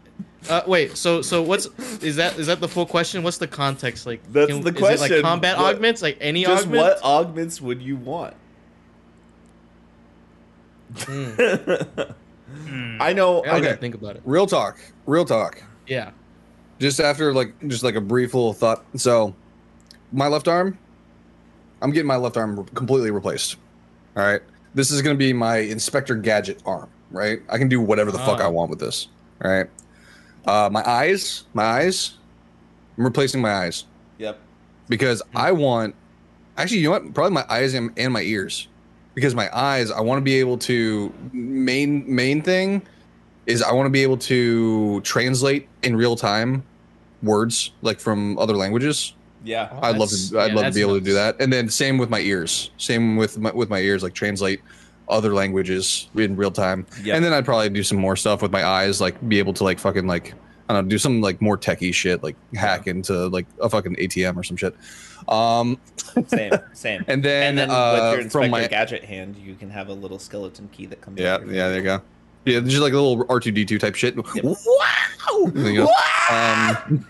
D: uh, wait, so so what's is that is that the full question? What's the context like?
A: That's
D: can-
A: the
D: is it,
A: question.
D: like combat
A: What-
D: augments, like any
A: Just
D: augment.
A: what augments would you want?
D: Hmm,
A: <laughs>
E: Hmm.
A: I know.
D: I
A: I know.
D: gotta think about it.
B: real talk. Real talk.
D: Yeah.
B: Just after like just like a brief little thought. So, my left arm. I'm getting my left arm completely replaced. All right. This is going to be my Inspector Gadget arm. Right. I can do whatever the fuck
D: Ah.
B: I want with this. All right. Uh, my eyes. My eyes. I'm replacing my eyes.
A: Yep.
B: because I want actually you know what probably my eyes and, and my ears because my eyes I want to be able to main main thing is I want to be able to translate in real time words like from other languages.
D: Oh,
A: Yeah.
B: I'd love to I'd love to be able to do that. And then same with my ears. Same with my with my ears like translate other languages in real time.
A: Yep.
B: And then I'd probably do some more stuff with my eyes like be able to like fucking like I don't know, do some like more techie shit, like hack into like a fucking ATM or some shit. Um,
A: Same. Same.
B: and then,
A: And then
B: uh,
A: with your Inspector
B: from my
A: Gadget hand, you can have a little skeleton key that comes.
B: yeah,
A: out your
B: yeah, there you
A: finger.
B: go. Yeah, just like a little R two D two type shit. Wow! There <laughs> you go. Um,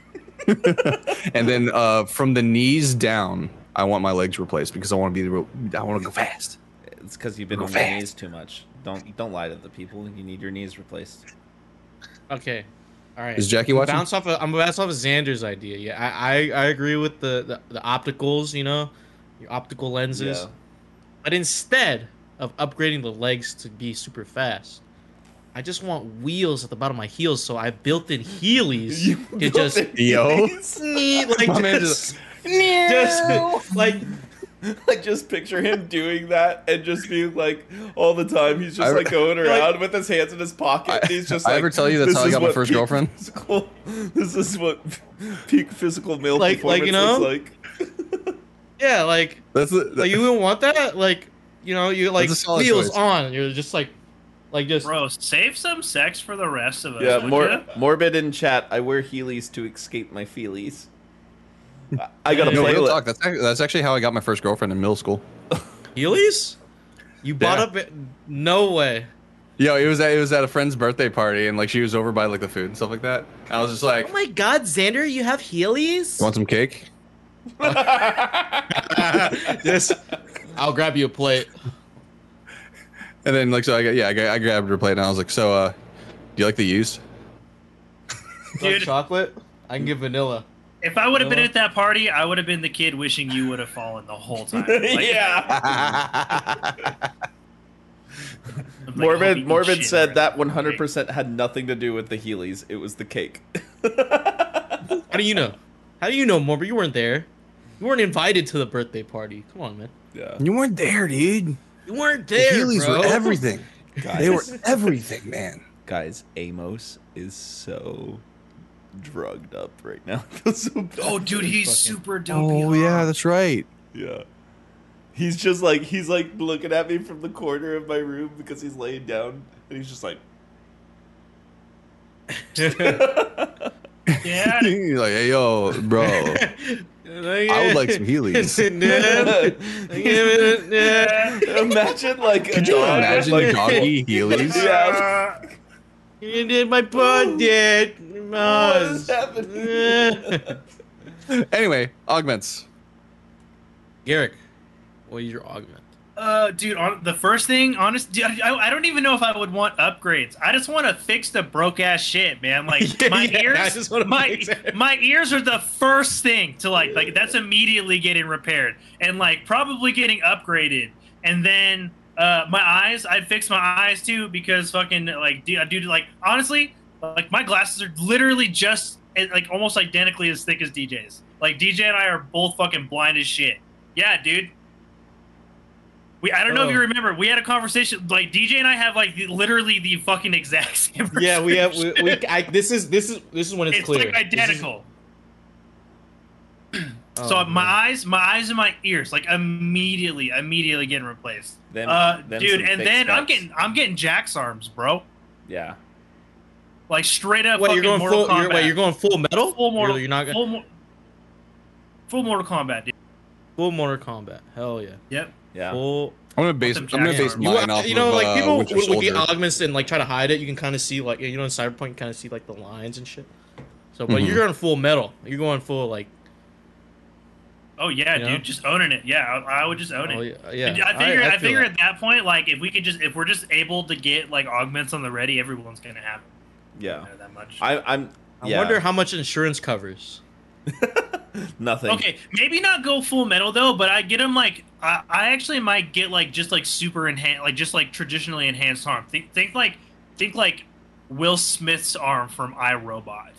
B: and then uh, from the knees down, I want my legs replaced because I want to be. Real, I want to go fast.
A: It's because you've been
B: Go
A: on your
B: fast.
A: knees too much. Don't don't lie to the people. You need your knees
B: <laughs>
A: replaced.
D: Okay. All right.
B: Is Jackie watching?
D: Bounce off. Of, I'm gonna bounce off of Xander's idea. Yeah, I I, I agree with the, the the opticals. You know, your optical lenses.
A: Yeah.
D: But instead of upgrading the legs to be super fast, I just want wheels at the bottom of my heels. So I built in
B: <laughs>
D: Heelys
A: You
D: to <laughs> just
B: Yo,
A: <laughs>
D: sneak like
B: <laughs> My man
D: just, just like
A: I just picture him doing that and just being like all the time. He's just
B: I-
A: like
B: <laughs>
A: going
D: like-
A: around with his hands in his pocket. and he's just
B: I
A: like,
B: ever tell you that's
A: "This
B: how I
A: is
B: got my
A: what
B: first
A: peak
B: girlfriend?"
A: Physical, <laughs> this is what peak physical male
D: Like- like, you
A: performance looks like.
D: yeah like
B: that's the,
D: like you don't want that like you know you like
B: That's a solid
D: wheels
B: choice.
D: on. You're just like like just
E: Bro, save some sex for the rest of us.
A: Yeah,
E: would ya?
A: <laughs> mor- morbid in chat. I wear Heelys to escape my feelies. I- I got a
D: Yeah.
B: no, real
A: playlist.
B: talk. That's actually, that's actually how I got my first girlfriend in middle school.
D: Heelys. You bought
B: Yeah.
D: up it? No way.
B: Yo, it was at, it was at a friend's birthday party, and like she was over by like the food and stuff like that. And I was just like,
D: Oh
B: you
D: my God, Xander, you have Heelys.
B: want some cake?
D: yes. I'll grab you a plate.
B: And then like so, I got yeah, I, gra- I grabbed her plate, and I was like, so uh, do you like the used?
D: You want
E: Dude.
D: chocolate? I can give vanilla.
E: If I would have been
D: Noah.
E: at that party, I would have been the kid wishing you would have fallen the whole
A: <laughs>
E: time. Like,
A: yeah. <laughs>
E: I'm like,
A: Morbid
E: holy
A: Morbid
E: shit,
A: said
E: bro.
A: that 100% had nothing to do with the Heelys. It was the cake. <laughs>
D: How do you know? How do you know, Morber? You weren't there. You weren't invited to the birthday party. Come on, man.
A: yeah.
B: you weren't there, dude.
D: You weren't there. bro.
A: Guys,
D: <laughs>
B: everything, man.
A: guys, Amos is so drugged up right now. <laughs> I feel so bad
E: Oh,
A: for
E: dude,
A: him.
E: he's
D: Fucking-
E: super dope.
B: Oh yeah,
D: <laughs>
B: that's right.
A: Yeah. He's just like he's like looking at me from the corner of my room because he's laying down and he's just like
D: <laughs>
A: <laughs>
E: <laughs> Yeah,
B: You're <laughs> like, hey yo, <laughs> bro.
D: I
B: would like some
D: <laughs>
B: Heelys.
A: Imagine like
B: Could you
A: dog,
B: imagine
A: like,
B: the doggy Heelys?
D: <laughs>
A: <laughs> Yeah.
E: Uh,
D: you did my part, Dad.
A: What is <laughs>
D: Mars. <laughs>
A: happening?
E: <laughs>
B: Anyway, augments.
D: Garrick, what is your augment?
E: Uh, dude, on, the first thing, honest, dude, I, I don't even know if I would want upgrades. I just want to fix the broke ass shit, man.
A: <laughs>
E: Like
D: Yeah, <laughs>
E: my
D: yeah,
E: ears,
D: I just wanna <laughs>
E: my
D: fix it.
E: my ears are the first thing to like, like that's immediately getting repaired and like probably getting upgraded. And then uh, my eyes, I'd fix my eyes too because fucking like, dude, dude, like honestly, like my glasses are literally just eh, like almost identically as thick as DJ's. Like DJ and I are both fucking blind as shit. Yeah, dude. We, I don't know
D: Oh.
E: if you remember, we had a conversation. Like DJ and I have like the, literally the fucking <laughs> exact same.
D: Yeah, we have. We,
E: prescription.
D: <laughs> we, I, this is this is this is when it's,
E: it's
D: clear.
E: like identical.
D: Oh,
E: so my eyes, my eyes, and my ears, like immediately, immediately getting replaced.
A: Then-
E: uh,
A: then
E: dude,
A: some
E: and
A: fake
E: then I'm
A: specs.
E: getting, I'm getting Jack's arms, bro.
A: yeah.
E: Like straight up.
D: Wait, you're going
E: fucking Mortal
D: full. You're,
E: Kombat.
D: wait, you're going full metal.
E: full Mortal.
D: You're, you're not going
E: full, Mor- full Mortal Kombat, dude.
D: full Mortal Kombat. Hell yeah.
E: Yep.
A: Yeah.
D: Full
B: I'm gonna base. I'm gonna
E: Jackson.
B: base
D: You,
B: mine
D: uh,
B: off.
D: you know,
B: of,
D: like
B: uh,
D: people
B: Winter
D: would, would get
B: Soldier.
D: augments and like try to hide it. You can kind of see, like, you know, in Cyberpunk, you kind of see like the lines and shit. So, but
B: Mm-hmm.
D: you're going full metal. You're going full like,
E: Oh yeah,
D: Yeah.
E: dude, just owning it. Yeah, I, I would just own it.
D: oh, yeah, yeah.
E: I figure. I,
D: feel
E: figure
D: that.
E: at that point, like if we could just, if we're just able to get like augments on the ready, everyone's gonna have it.
A: Yeah.
E: Matter that much.
A: I I'm
D: I
A: yeah,
D: wonder how much insurance covers.
A: nothing.
E: okay, maybe not go full metal though, but I get them like I, I actually might get like just like super enhanced, like just like traditionally enhanced arm. Think think like think like Will Smith's arm from iRobot,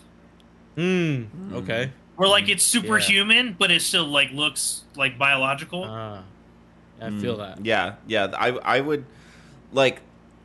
D: Hmm.
B: Mm.
A: Hmm.
D: Okay.
E: where like it's
D: Yeah.
E: superhuman, but it still like looks like biological.
B: Uh,
D: Ah, I feel
A: Mm,
D: that.
A: Yeah, yeah. I I would like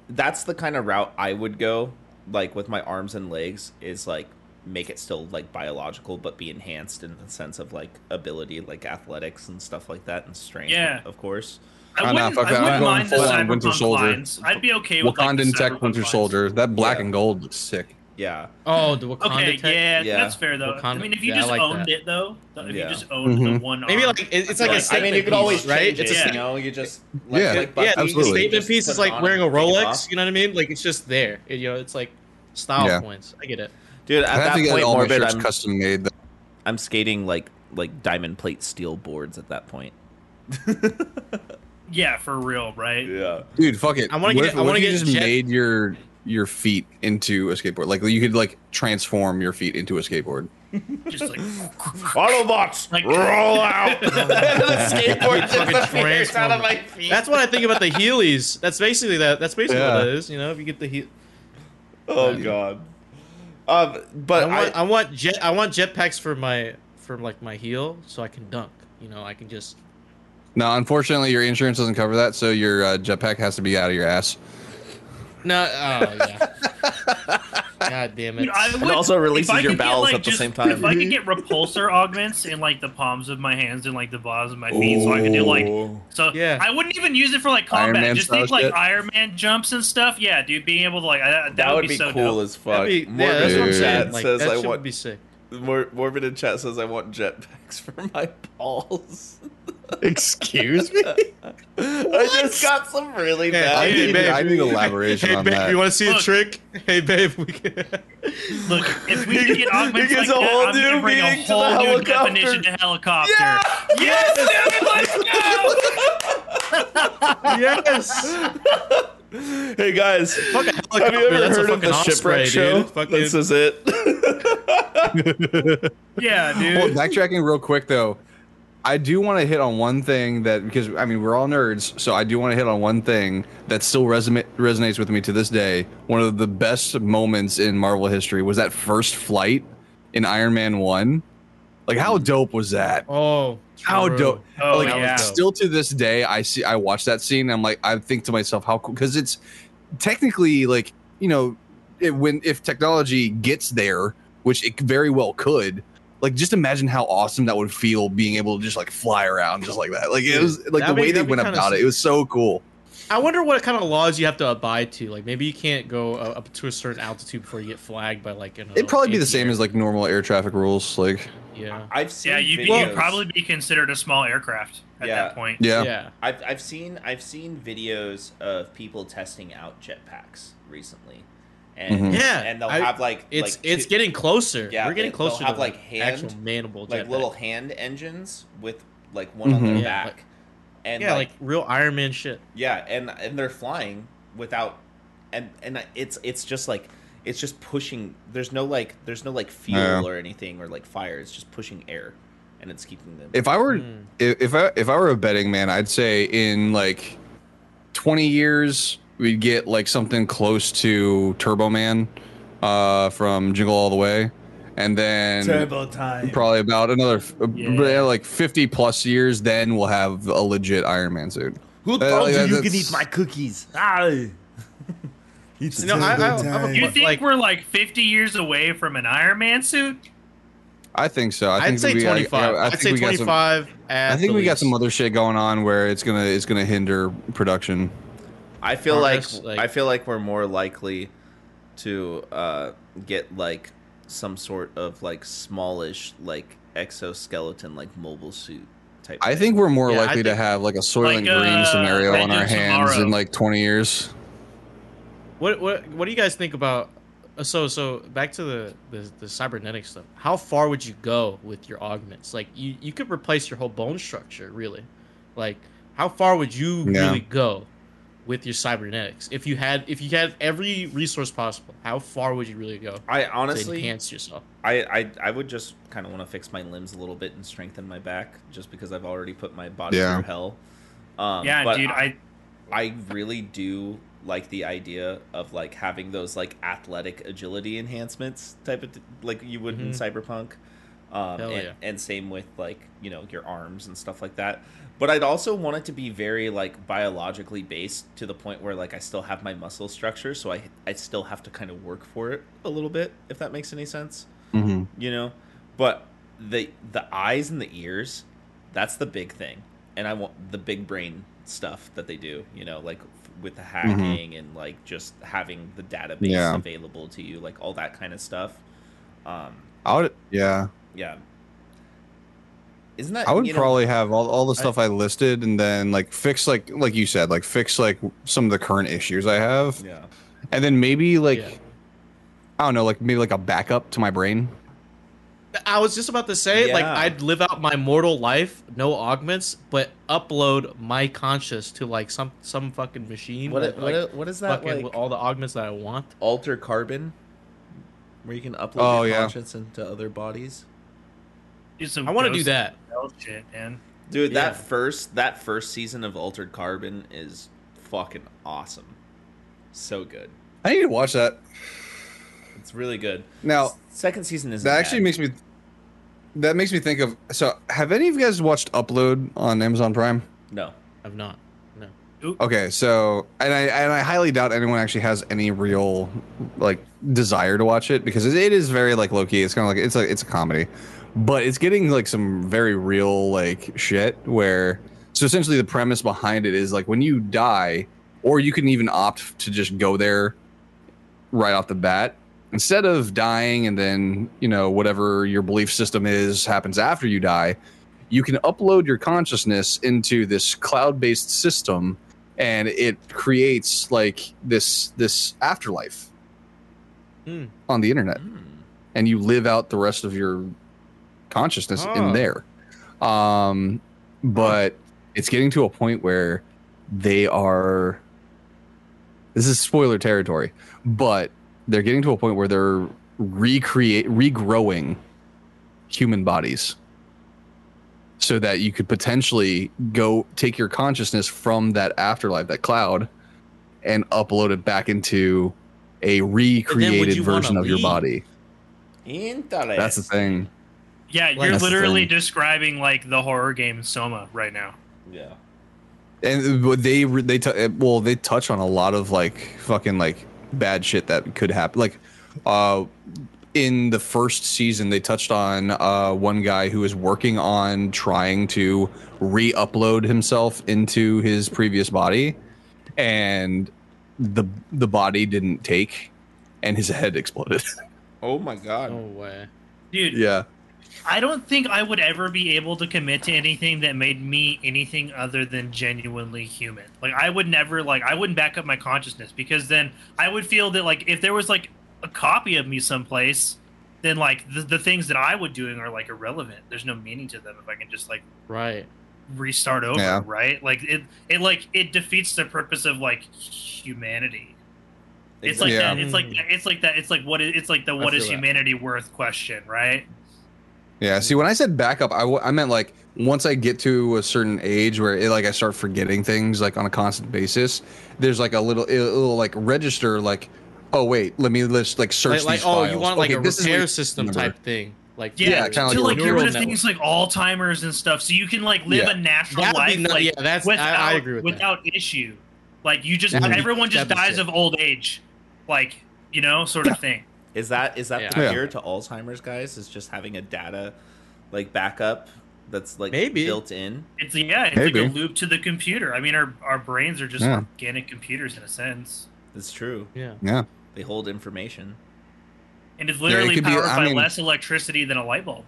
A: that's the kind of route I would go like with my arms and legs is like make it still like biological but be enhanced in the sense of like ability like athletics and stuff like that and strength
E: Yeah.
A: of course
E: I
B: Oh,
E: wouldn't,
B: nah,
E: I
B: fuck that. I'm
E: wouldn't
B: going
E: mind the
B: full-on Winter
E: cyberpunk
B: Soldier.
E: lines. I'd be okay with like, the
B: Wakandan tech
E: cyberpunk
B: Winter
E: lines.
B: Soldier. That black
A: Yeah.
B: and gold looks sick.
A: yeah
D: Oh, the Wakanda
E: Okay,
D: tech?
E: yeah,
A: Yeah.
E: that's fair though. I
D: Wakanda-
E: mean, if you
D: yeah, I
E: just
D: like
E: owned
D: that. Mm-hmm.
E: it though, if
A: Yeah.
E: you just owned the
B: Mhm.
E: one,
D: Maybe
E: arm-
D: like it- it's like a
A: Like, i
D: statement
A: mean you could always
D: piece, right? It's
A: change
D: a
A: it, you
D: statement.
A: know you just like,
B: Yeah.
A: like
D: Yeah,
A: Bucky,
D: the-
A: you
D: the
B: Absolutely.
A: just
D: statement piece
A: put
D: is
A: it
D: like
A: on
D: wearing a
A: and take it
D: Rolex.
A: off.
D: You know what I mean? Like it's just there. It- you know, it's like style
B: Yeah.
D: points. I get it.
A: dude at
B: I have to
A: that
B: get
A: point
B: all my
A: morbid
B: shirts
A: i'm
B: custom made.
A: i'm skating like like diamond plate steel boards at that point.
E: Yeah, for real, right?
A: Yeah.
B: Dude, fuck it.
D: I wanna
B: What
D: get-
B: if-
D: I
B: what if
D: wanna
B: you
D: get
B: just
D: jet-
B: made your your feet into a skateboard. Like you could like transform your feet into a skateboard.
E: Just like
A: <laughs> Autobots,
E: Like- <laughs>
A: roll out! <laughs> the skateboard just
D: Fucking
A: appears out
D: transformer.
A: of my feet.
D: That's what I think about the Heelys. That's basically that. That's basically
B: Yeah.
D: what it is. You know, if you get the heel,
A: oh god. Um,
D: I
A: but
D: want,
A: I,
D: I, want jet, I want jetpacks for my, for like my heel, so I can dunk. You know, I can just.
B: No, unfortunately, your insurance doesn't cover that, so your uh, jetpack has to be out of your ass.
D: No, oh yeah.
A: <laughs>
D: God damn it!
E: Dude, I
A: It
E: would-
A: also
E: if I
A: releases
E: could
A: your
E: get,
A: bowels
E: like,
A: at the
E: just-
A: same time.
E: If I could get repulsor augments in like the palms of my hands and like the bottoms of my feet, so I could do like so.
D: Yeah.
E: I wouldn't even use it for like
B: Iron
E: combat.
B: Man
E: Just
B: style
E: think like
B: shit?
E: Iron Man jumps and stuff. Yeah, dude, being able to like I- that,
A: that, would be,
E: so
A: cool
E: Dope.
A: as fuck.
D: That'd be- yeah,
A: Morbid
D: that's what I'm
A: in
B: Dude.
D: saying.
A: chat
D: Like,
A: says
D: that
A: I
D: shit
A: want
D: would be sick.
A: <laughs> Mor- Morbid in chat says I want jetpacks for my balls. <laughs>
B: Excuse me.
A: I just got some really
D: Yeah,
B: I
A: bad.
B: need, I <laughs> need elaboration on that.
D: want to see
E: a Look.
D: trick? Hey, babe, we
A: <laughs>
D: can.
E: Look, if we could get augments
A: gives
E: like
A: a
E: that,
A: whole
E: I'm gonna
A: new
E: bring a
A: meaning to the
E: whole new
A: helicopter.
E: definition to helicopter.
A: Yeah!
E: Yes,
D: <laughs>
E: dude, let's go!
D: yes.
A: Hey guys, have you
D: helicopter,
A: ever
D: that's a
A: heard of
D: fucking
A: the
D: osprey,
A: shipwreck
D: dude.
A: show?
D: Fuck,
A: this
D: dude.
A: is it.
E: <laughs>
A: <laughs>
E: Yeah, dude.
B: well, backtracking real quick though, I do want to hit on one thing that because I mean we're all nerds, so I do want to hit on one thing that still resonate, resonates with me to this day. One of the best moments in Marvel history was that first flight in Iron Man One. Like how dope was that?
D: Oh,
B: How
D: true.
B: dope!
E: oh
B: like,
E: yeah.
D: dope.
B: Still to this day, I see I watch that scene. I'm like I think to myself how cool because it's technically like you know it, when if technology gets there, which it very well could. Like just imagine how awesome that would feel being able to just like fly around just like that. Like it was like the
D: That'd be-
B: way they
D: that'd be
B: went
D: kinda
B: about it.
D: sick.
B: It was so cool.
D: I wonder what kind of laws you have to abide to. Like maybe you can't go uh, up to a certain altitude before you get flagged by like. An,
B: It'd probably be the same as like normal air traffic rules. Like
D: Yeah.
A: I've seen
E: Yeah, you'd, be,
A: videos.
E: you'd probably be considered a small aircraft at
A: Yeah.
E: that point.
B: yeah,
D: Yeah.
A: I've, I've seen I've seen videos of people testing out jetpacks recently, and
B: Mhm.
D: Yeah,
A: and they'll
D: I-
A: have like
D: It's
A: like
D: it's
A: two-
D: getting closer.
A: Yeah,
D: we're getting
A: they-
D: closer
A: they'll have,
D: to
A: like,
D: actual
A: hand-
D: manable
A: like
D: jetpack.
A: little hand engines with like one on
B: Mhm.
A: their
D: Yeah,
A: back,
D: like-
A: and
D: yeah,
A: like,
D: like, real Iron Man shit.
A: yeah, and and they're flying without, and and it's it's just like it's just pushing. There's no like there's no like fuel
B: Yeah.
A: or anything or like fire. It's just pushing air, and it's keeping them.
B: If I were
D: Mm.
B: if if I if I were a betting man, I'd say in like twenty years we'd get like something close to Turbo Man uh, from Jingle All the Way, and then
A: time.
B: probably about another f- uh,
E: Yeah.
B: yeah, like fifty plus years, then we'll have a legit Iron Man suit.
A: Who
B: Uh,
A: told you
B: yeah,
A: you can
B: that's-
A: eat my cookies? Ah. It's
D: No, I- I- I'm a-
E: You
D: But,
E: think
D: like-
E: we're like 50 years away from an Iron Man suit?
B: I think so. I think
D: I'd say
B: we- uh, I-
D: twenty five.
B: I, I
D: I'd
B: think
D: say
B: we got
D: twenty
B: some-
D: five.
B: I think we got some other shit going on where it's gonna it's gonna hinder production.
A: I feel
D: Progress,
A: like,
D: like-
A: I feel like we're more likely to uh, get like some sort of like smallish like exoskeleton like mobile suit type.
B: I
A: thing.
B: think we're more
D: Yeah, I
B: likely to
D: think-
B: have like a Soylent
E: Like, uh,
B: Green scenario on
E: Legend
B: our hands
E: Tomorrow.
B: in like twenty years.
D: What what what do you guys think about? uh, So so back to the the, the cybernetic stuff. How far would you go with your augments? Like you you could replace your whole bone structure, really. Like how far would you
B: Yeah.
D: really go with your cybernetics? If you had if you had every resource possible, how far would you really go
A: I
D: to
A: honestly,
D: enhance yourself?
A: I, I I would just kind of want to fix my limbs a little bit and strengthen my back, just because I've already put my body
B: Yeah.
A: through hell. Um,
E: yeah,
A: but
E: dude. I
A: I really do like the idea of like having those like athletic agility enhancements type of like you would in cyberpunk um,
D: Mm-hmm. Hell
A: and,
D: yeah.
A: and same with like you know your arms and stuff like that but i'd also want it to be very like biologically based to the point where like i still have my muscle structure so i i still have to kind of work for it a little bit if that makes any sense
B: Mm-hmm.
A: you know but the the eyes and the ears that's the big thing and i want the big brain stuff that they do you know like f- with the hacking and like just having the database
B: Mm-hmm. Yeah.
A: available to you like all that kind of stuff um
B: I would, yeah,
A: yeah isn't that
B: I would
A: Uh, you know-
B: probably have all, all the stuff I, listed, and then like fix like like you said, like fix like some of the current issues I have,
A: yeah
B: and then maybe like
D: Yeah.
B: I don't know, like maybe like a backup to my brain.
D: I was just about to say, like,
A: Yeah.
D: I'd live out my mortal life, no augments, but upload my conscious to like some some fucking machine.
A: What,
D: that,
A: what,
D: like,
A: what is that
D: fucking
A: like?
D: with all the augments that I want.
A: alter carbon, where you can upload
B: Oh,
A: your
B: yeah.
A: conscience into other bodies.
E: Do some
D: I want to do
E: ghost
D: that.
E: hell shit, man.
A: Dude,
D: Yeah.
A: that first that first season of Altered Carbon is fucking awesome. So good.
B: I need to watch that.
A: It's really good.
B: Now,
A: S- second season is
B: that actually makes me that makes me think of so have any of you guys watched Upload on Amazon Prime?
A: no.
D: I've not. No.
B: Okay, so and I and I highly doubt anyone actually has any real like desire to watch it because it, it is very like low key. It's kind of like it's like it's a comedy, but it's getting like some very real like shit where so essentially the premise behind it is like when you die or you can even opt to just go there right off the bat instead of dying and then you know whatever your belief system is happens after you die you can upload your consciousness into this cloud-based system and it creates like this this afterlife
D: Hmm.
B: on the internet
A: Mm.
B: and you live out the rest of your consciousness
D: Oh.
B: in there um but it's getting to a point where they are this is spoiler territory but they're getting to a point where they're recreate regrowing human bodies so that you could potentially go take your consciousness from that afterlife that cloud and upload it back into a recreated
D: you wanna
B: version of your
D: leave?
B: body
A: Interesting.
B: that's the thing
E: Yeah,
D: Like-
E: you're
B: That's the
E: literally
B: thing.
E: describing like the horror game Soma right now.
A: Yeah.
B: and uh, but they re- they t- uh, well they touch on a lot of like fucking like bad shit that could happen like uh in the first season they touched on uh one guy who was working on trying to re-upload himself into his previous body and the the body didn't take and his head <laughs> exploded
A: Oh my god.
D: No way.
E: Dude,
B: yeah
E: I don't think I would ever be able to commit to anything that made me anything other than genuinely human. Like I would never like I wouldn't back up my consciousness because then I would feel that like if there was like a copy of me someplace, then like the, the things that I would doing are like irrelevant. There's no meaning to them if I can just like
D: Right.
E: restart over,
B: Yeah.
E: right? Like it it like it defeats the purpose of like humanity. It's like
A: Exactly.
E: that. It's like that, it's like that. It's like what is it's like the what
D: feel
E: is
D: that.
E: humanity worth question, right?
B: Yeah. See, when I said backup, I, w- I meant like once I get to a certain age where it, like I start forgetting things like on a constant basis. There's like a little it'll like register like, oh wait, let me let's like search
D: Like, like
B: these
D: oh,
B: files.
D: you want like
B: Okay,
D: a
B: this is what-
D: repair system
B: number.
D: type thing. Like
E: Yeah,
B: Yeah, kinda like
E: to
B: a
E: like get
D: neural
E: rid of
D: network.
E: things like Alzheimer's and stuff, so you can like live
B: Yeah.
E: a natural
D: That'd
E: life
D: be nu-
E: like,
D: yeah, that's
E: without
D: I, I agree with that.
E: without issue. Like you just
D: That'd be-
E: everyone just
D: that'd be
E: dies
D: sick.
E: of old age, like you know, sort of thing.
A: Is that is that
D: Yeah.
A: the
B: Yeah.
A: cure to Alzheimer's, guys? Is just having a data like backup that's like
D: Maybe.
A: built in.
E: It's yeah, it's
B: Maybe.
E: like a loop to the computer. I mean, our our brains are just
B: Yeah.
E: organic computers in a sense,
A: It's true.
D: Yeah.
B: Yeah.
A: They hold
B: <laughs>
A: information.
E: and it's literally
B: could be-
E: powered
B: I
E: by
B: mean-
E: less electricity than a light bulb.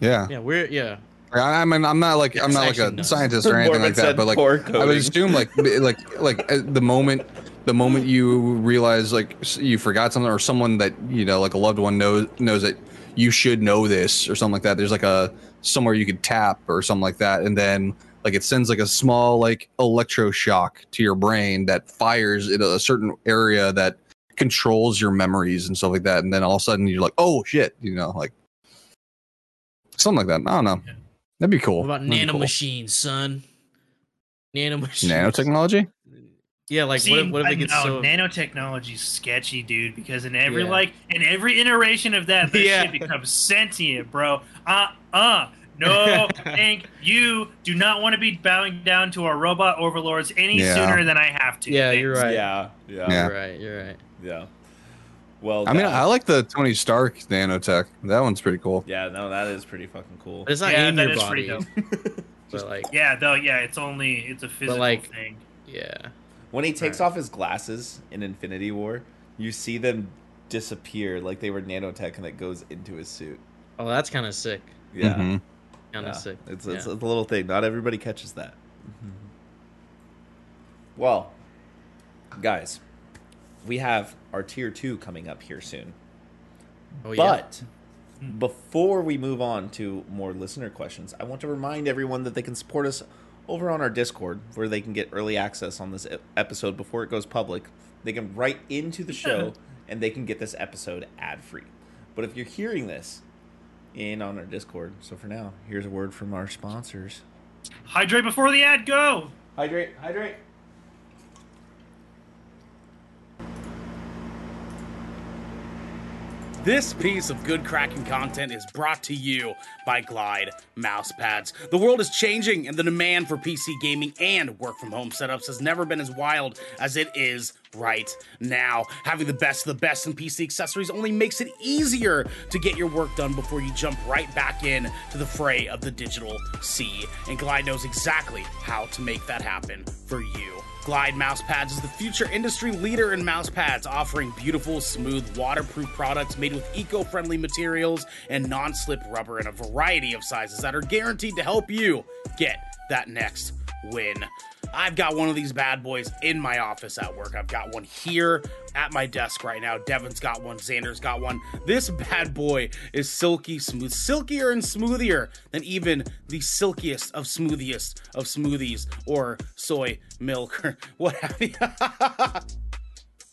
B: Yeah.
D: Yeah. We're yeah.
B: I, I mean, I'm not like I'm
D: It's
B: not like a
D: actually nuts.
B: scientist or anything
A: Mormon
B: like that,
A: said
B: but like
A: poor
B: I would
A: coding.
B: assume like b- like like at the moment the moment you realize like s- you forgot something or someone that you know like a loved one knows knows that you should know this or something like that. There's like a somewhere you could tap or something like that, and then like it sends like a small like electroshock to your brain that fires in a certain area that controls your memories and stuff like that, and then all of a sudden you're like, oh shit, you know, like something like that. I don't know.
E: Yeah.
B: That'd be cool.
D: What about
B: That'd be
D: nano
B: cool.
D: machines, son? Nano machines.
B: Nanotechnology?
D: Yeah, like what if, what if
E: I
D: it gets
E: know,
D: so
E: nanotechnology's sketchy, dude. Because in every
D: Yeah.
E: like in every iteration of that, that
D: <laughs> Yeah.
E: shit becomes sentient, bro. Uh uh.
D: <laughs>
E: No, thank you. Do not want to be bowing down to our robot overlords any
B: Yeah.
E: sooner than I have to.
D: Yeah, you're
E: Thanks.
D: Right.
A: Yeah. Yeah.
B: Yeah.
D: You're right. You're right.
A: Yeah. Well,
B: I mean,
A: that-
B: I like the Tony Stark nanotech. That one's pretty cool.
A: yeah, no, that is pretty fucking cool.
D: But it's not
E: Yeah,
D: in
E: that
D: your
E: is free,
D: body.
E: though.
D: <laughs>
E: <laughs>
D: but like,
E: Yeah, though. Yeah, it's only it's a physical
D: like-
E: thing.
D: yeah.
A: When he takes
D: Right.
A: off his glasses in Infinity War, you see them disappear like they were nanotech and it goes into his suit.
D: Oh, that's kind of sick.
A: Yeah.
F: Mm-hmm.
B: Mhm.
D: Kind
A: Yeah.
D: of sick.
A: It's, it's
D: yeah.
A: a little thing. Not everybody catches that. Well, guys, we have our tier two coming up here soon.
D: oh, yeah.
A: But Before we move on to more listener questions, I want to remind everyone that they can support us over on our Discord, where they can get early access on this e- episode before it goes public. They can write into the show and they can get this episode ad free. But if you're hearing this in on our Discord, so for now, here's a word from our sponsors.
E: Hydrate before the ad. Go.
A: Hydrate, hydrate.
G: This piece of good cracking content is brought to you by Glide Mousepads. The world is changing, and the demand for PC gaming and work from home setups has never been as wild as it is right now. Having the best of the best in PC accessories only makes it easier to get your work done before you jump right back in to the fray of the digital sea. And Glide knows exactly how to make that happen for you. Glide mouse pads is the future industry leader in mouse pads, offering beautiful, smooth, waterproof products made with eco friendly materials and non slip rubber in a variety of sizes that are guaranteed to help you get that next win. I've got one of these bad boys in my office at work. I've got one here at my desk right now. Devin's got one. Xander's got one. This bad boy is silky smooth, silkier and smoothier than even the silkiest of smoothiest of smoothies or soy milk or <laughs> what have you.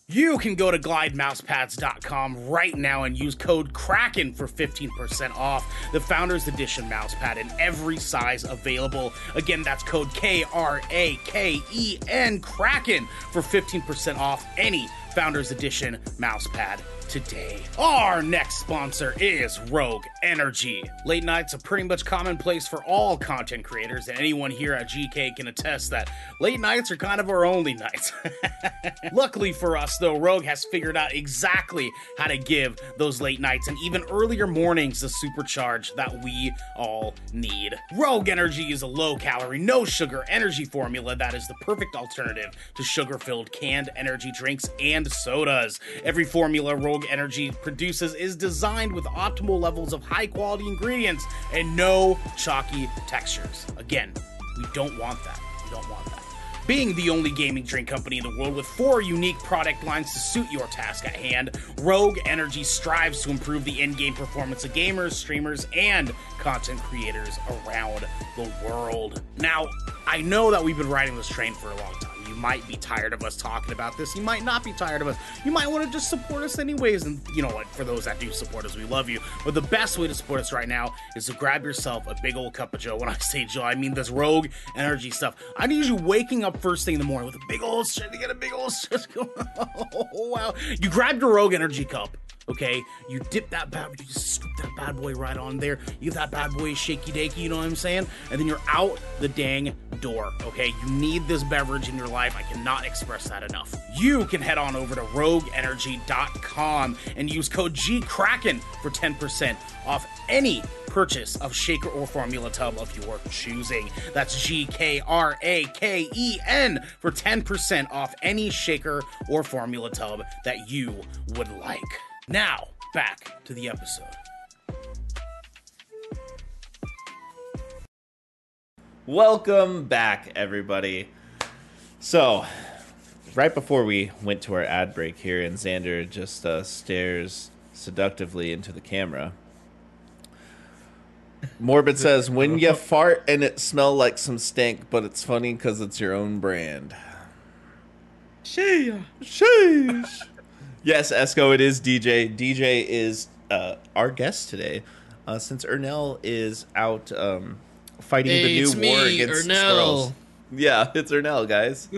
G: You can go to glidemousepads.com right now and use code Kraken for 15% off the Founders Edition mousepad in every size available. Again, that's code K R A K E N Kraken for 15% off any Founders Edition mousepad today. Our next sponsor is Rogue Energy. Late nights are pretty much commonplace for all content creators, and anyone here at GK can attest that late nights are kind of our only nights. <laughs> Luckily for us, though, Rogue has figured out exactly how to give those late nights and even earlier mornings the supercharge that we all need. Rogue Energy is a low calorie, no sugar energy formula that is the perfect alternative to sugar filled canned energy drinks and sodas. Every formula Rogue Energy produces is designed with optimal levels of high quality ingredients and no chalky textures. Again, we don't want that. We don't want that being the only gaming drink company in the world with four unique product lines to suit your task at hand, Rogue Energy strives to improve the in game performance of gamers, streamers, and content creators around the world. Now, I know that we've been riding this train for a long time. You might be tired of us talking about this. You might not be tired of us. You might want to just support us anyways. And you know what? For those that do support us, we love you. But the best way to support us right now is to grab yourself a big old cup of Joe. When I say Joe, I mean this rogue energy stuff. I need you waking up first thing in the morning with a big old shit. You get a big old <laughs> shit. oh, wow. You grab your rogue energy cup. Okay, you dip that bad, you just scoop that bad boy right on there. You give that bad boy a shaky dakey, you know what I'm saying? And then you're out the dang door. Okay, you need this beverage in your life. I cannot express that enough. You can head on over to rogueenergy.com and use code GKraken for 10% off any purchase of shaker or formula tub of your choosing. That's G K R A K E N for 10% off any shaker or formula tub that you would like. Now, back to the episode.
A: Welcome back, everybody. So, right before we went to our ad break here, and Xander just uh, stares seductively into the camera. Morbid says,
D: <laughs>
A: "When you fart and it smell like some stink, but it's funny because it's your own brand."
D: Shea.
A: Sheesh. yes, Esco, it is DJ. DJ is uh, our guest today, uh, since Ernell is out um, fighting
D: Hey,
A: the new
D: it's
A: war
D: me,
A: against
D: Ernell.
A: squirrels. Yeah, it's Ernell,
D: <laughs>
A: guys.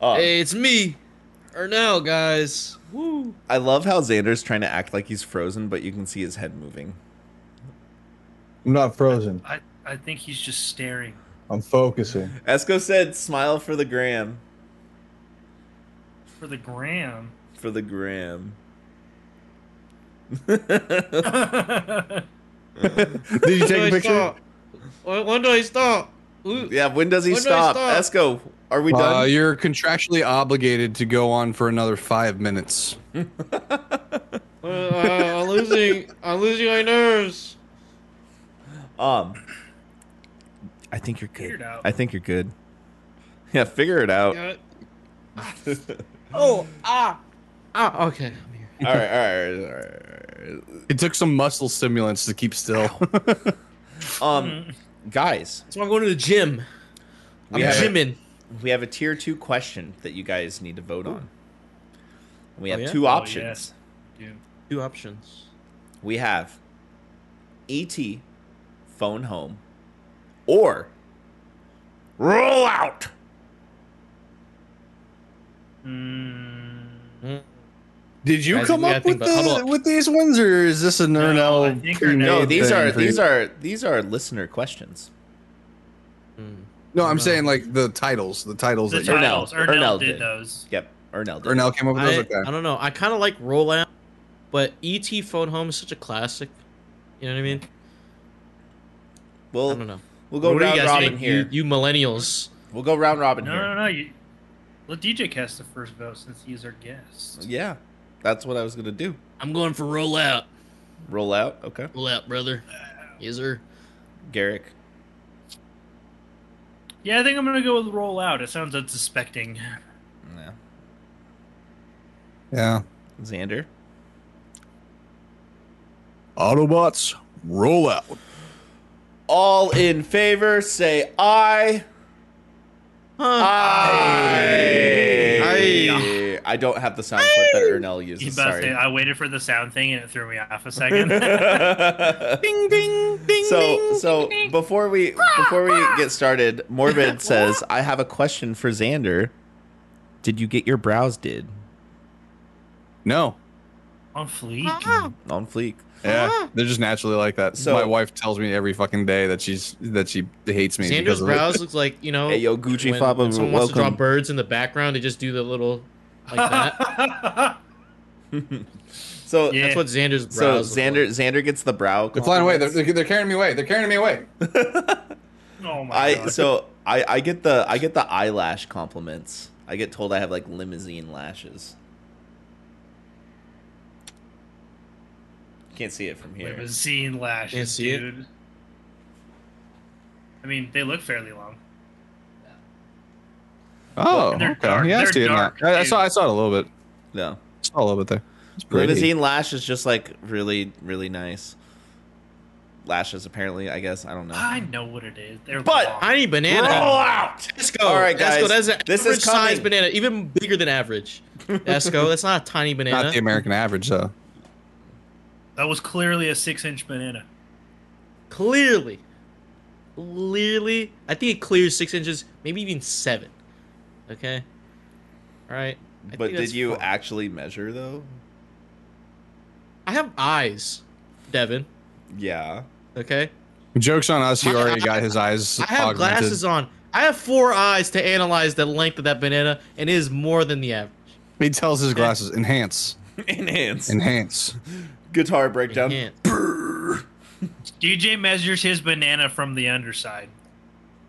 A: Uh,
D: Hey, it's me, Ernell, guys. Woo.
A: I love how Xander's trying to act like he's frozen, but you can see his head moving.
F: I'm not frozen.
E: I I think he's just staring.
F: I'm focusing.
A: Esco said, "Smile for the gram,
E: for the gram. <laughs>
A: for the gram."
B: <laughs> Did you take a
D: When do I
B: picture?
D: stop? When when do I stop? Ooh.
A: yeah, when does he
D: When do I
A: stop?
D: stop?
A: Esco, are we
B: Uh,
A: done?
B: you're contractually obligated to go on for another five minutes.
D: Uh, uh, I'm losing. I'm losing my nerves.
A: Um, I think you're
E: Figure
A: good.
E: it out.
A: I think you're good. <laughs> Yeah, figure it out.
D: Yeah. Ah. <laughs> oh ah ah. Okay. I'm here. Ah,
A: all right, all right, all right, all right, all right.
B: He took some muscle stimulants to keep still. <laughs>
D: <laughs>
A: Um, guys,
D: That's why I'm going to the gym. I'm
A: we have, a,
D: gymming.
A: we have a tier two question that you guys need to vote on. We
D: Oh,
A: have
D: yeah?
A: two
E: Oh,
A: options.
E: yes. Yeah.
D: Two options.
A: We have E.T. Phone Home or Roll Out.
E: Mm,
D: Mm.
B: Did you
D: Guys,
B: come
D: we
B: up
D: gotta think
B: with
D: about- hold
B: the,
D: on.
B: with these ones, or is this an
E: No,
B: Ernell
E: I think
B: pre-made
E: Ernell-
A: No, these
B: thing
A: are
B: for
A: these
B: you?
A: are these are listener questions.
D: Mm.
B: No, I'm
D: No.
B: saying like the titles, the titles
E: the
B: that you
E: titles.
A: Ernell-
E: Ernell,
A: Ernell
E: did
A: did.
E: those.
A: Yep, Ernell. Did.
B: Ernell came up with.
D: I,
B: Those? Okay.
D: I don't know. I kind of like Roll Out, but E.T. Phone Home is such a classic. You know what I mean? I don't
A: We'll
D: know.
A: we'll go
D: what do you
A: round
D: guys
A: robin
D: think?
A: here.
D: You, you millennials.
A: We'll go round robin
E: No,
A: here.
E: no, no. You, let DJ cast the first vote since he's our guest.
A: Yeah, that's what I was gonna do.
D: I'm going for Roll Out.
A: Roll out. Okay,
D: Roll Out, brother. Yes, sir.
A: Garrick.
E: Yeah, I think I'm gonna go with roll out. It sounds unsuspecting. <laughs>
A: No.
B: Yeah.
A: Xander.
B: Autobots roll out.
A: All in favor, say aye. Aye. aye. I don't have the sound clip that Ernell
E: He's
A: uses.
E: about to say,
A: Sorry.
E: I waited for the sound thing and it threw me
A: <laughs>
E: off a second. <laughs>
A: ding ding ding. So so before we before we get started, <laughs> Morbid says I have a question for Xander. Did you get your brows did
B: No.
E: On fleek.
A: on fleek?
B: Yeah, they're just naturally like that.
A: So-
B: my wife tells me every fucking day that she's that she hates me.
D: Xander's
B: because of it.
D: brows looks like you know.
A: Hey, yo, Gucci
D: when,
A: Faba,
D: when someone wants to draw
A: welcome.
D: birds in the background, they just do the little like that.
A: So
E: Yeah.
D: That's what Xander's
A: so
D: brows. look
A: Xander Xander gets the brow.
B: They're flying away. They're,
A: compliments.
B: they're, they're carrying me away. They're carrying me away.
E: oh my
A: I
B: <laughs>
E: god.
A: so I I get the I get the eyelash compliments. I get told I have like limousine lashes. Can't see it from here.
E: Limousine lashes,
D: Can't see it.
E: dude. I mean, they look fairly long.
B: Oh,
E: And they're
B: okay.
E: dark.
B: Yeah, I
E: They're
B: see it now.
E: dark,
B: I, I saw.
E: too.
B: I saw it a little bit.
A: No.
B: Saw a little bit there. It's pretty.
A: Limousine lash is just like really, really nice. Lashes, apparently, I guess. I don't know.
E: I know what it is. They're
A: Uh-huh. But
E: long.
D: I need
A: Roll
D: banana.
A: out!
D: Esco.
A: All right,
D: Esco,
A: guys.
D: that's an
A: This is
D: average size
A: coming.
D: banana, even bigger than
A: <laughs>
D: average. Esco, that's not a tiny banana.
B: Not the American average though.
E: that was clearly a six-inch banana.
D: Clearly. Clearly. I think it clears six inches, maybe even seven. Okay? All right. I
A: But
D: think that's
A: did you
D: fine.
A: actually measure though?
D: I have eyes, Devin.
A: Yeah.
D: Okay?
B: Jokes on us. He
D: I-
B: already
D: I-
B: got his eyes.
D: I have
B: augmented.
D: glasses on. I have four eyes to analyze the length of that banana, and it is more than the average.
B: He tells his glasses enhance,
A: <laughs> Enhance.
B: enhance.
A: Guitar breakdown.
D: Can't.
E: DJ measures his banana from the underside.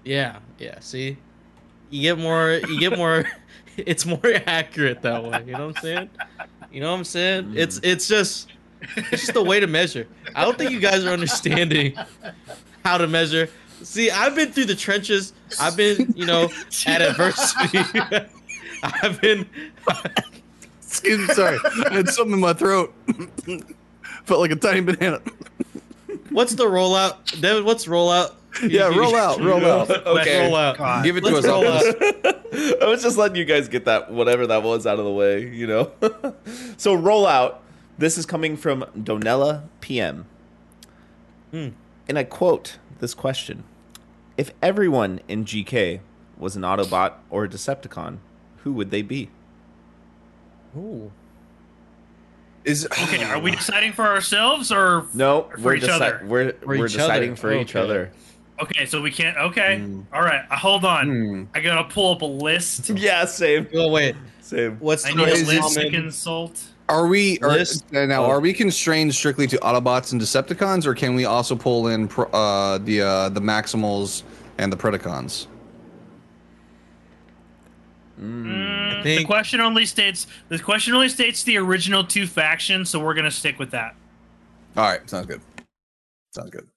D: Yeah, yeah. See, you get more. You get more. <laughs> it's more accurate that way. You know what I'm saying? You know what I'm saying? It's it's just it's just a way to measure. I don't think you guys are understanding how to measure. See, I've been through the trenches. I've been, you know, at adversity. <laughs> I've been.
B: Excuse me, sorry. <laughs> I had something in my <laughs> throat. Felt like a tiny banana.
D: What's the rollout, Devin? What's rollout?
B: Yeah, roll out, roll
D: <laughs>
B: out.
D: Okay, roll out.
E: God.
B: Give it to
D: Let's
B: us.
D: roll
B: I'll-
D: out.
A: <laughs> I was just letting you guys get that whatever that was out of the way, you know. <laughs> so roll out. This is coming from Donella PM.
D: Hmm.
A: And I quote this question. If everyone in GK was an Autobot or a Decepticon, who would they be?
D: Ooh.
B: Is
E: Okay, are we deciding for ourselves or
A: <sighs> No,
E: For
A: we're
E: each
A: deci-
E: other.
A: we're
D: For
A: we're
D: each
A: deciding
D: other.
A: for each
D: Okay.
A: other. <laughs>
E: Okay, so we can't. Okay,
B: Hmm.
E: all right. I hold on.
B: Hmm.
E: I gotta pull up a list.
A: Yeah, same,
D: Oh wait,
A: same.
D: what's
E: I
D: the
E: need a
D: most
E: list to
D: common-
E: consult.
B: Are we are,
D: List
B: uh, now?
D: of-
B: Are we constrained strictly to Autobots and Decepticons, or can we also pull in pro, uh, the uh, the Maximals and the Predacons?
E: Mm, the
D: think-
E: question only states the question only states the original two factions, so we're gonna stick with that.
B: All right, sounds good. Sounds good.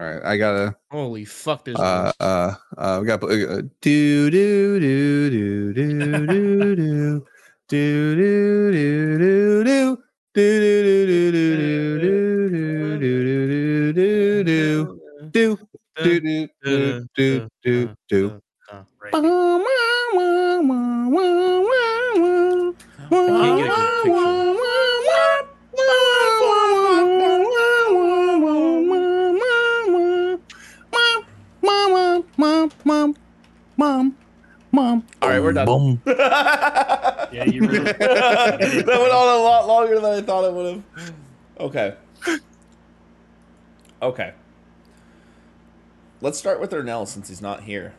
B: All right, I gotta.
D: Holy fuck! There's
B: Uh, uh, uh, we got uh, do do do do do do do do do do do do Do do do do do do do do do do do do do do do do do do.
D: Oh,
E: Right.
B: Mom, mom, mom.
A: All right, we're done.
B: Boom.
A: <laughs> that
E: <laughs> Yeah, you really.
A: <laughs> went on a lot longer than I thought it would have. Okay. Okay. Let's start with Ernell since he's not here.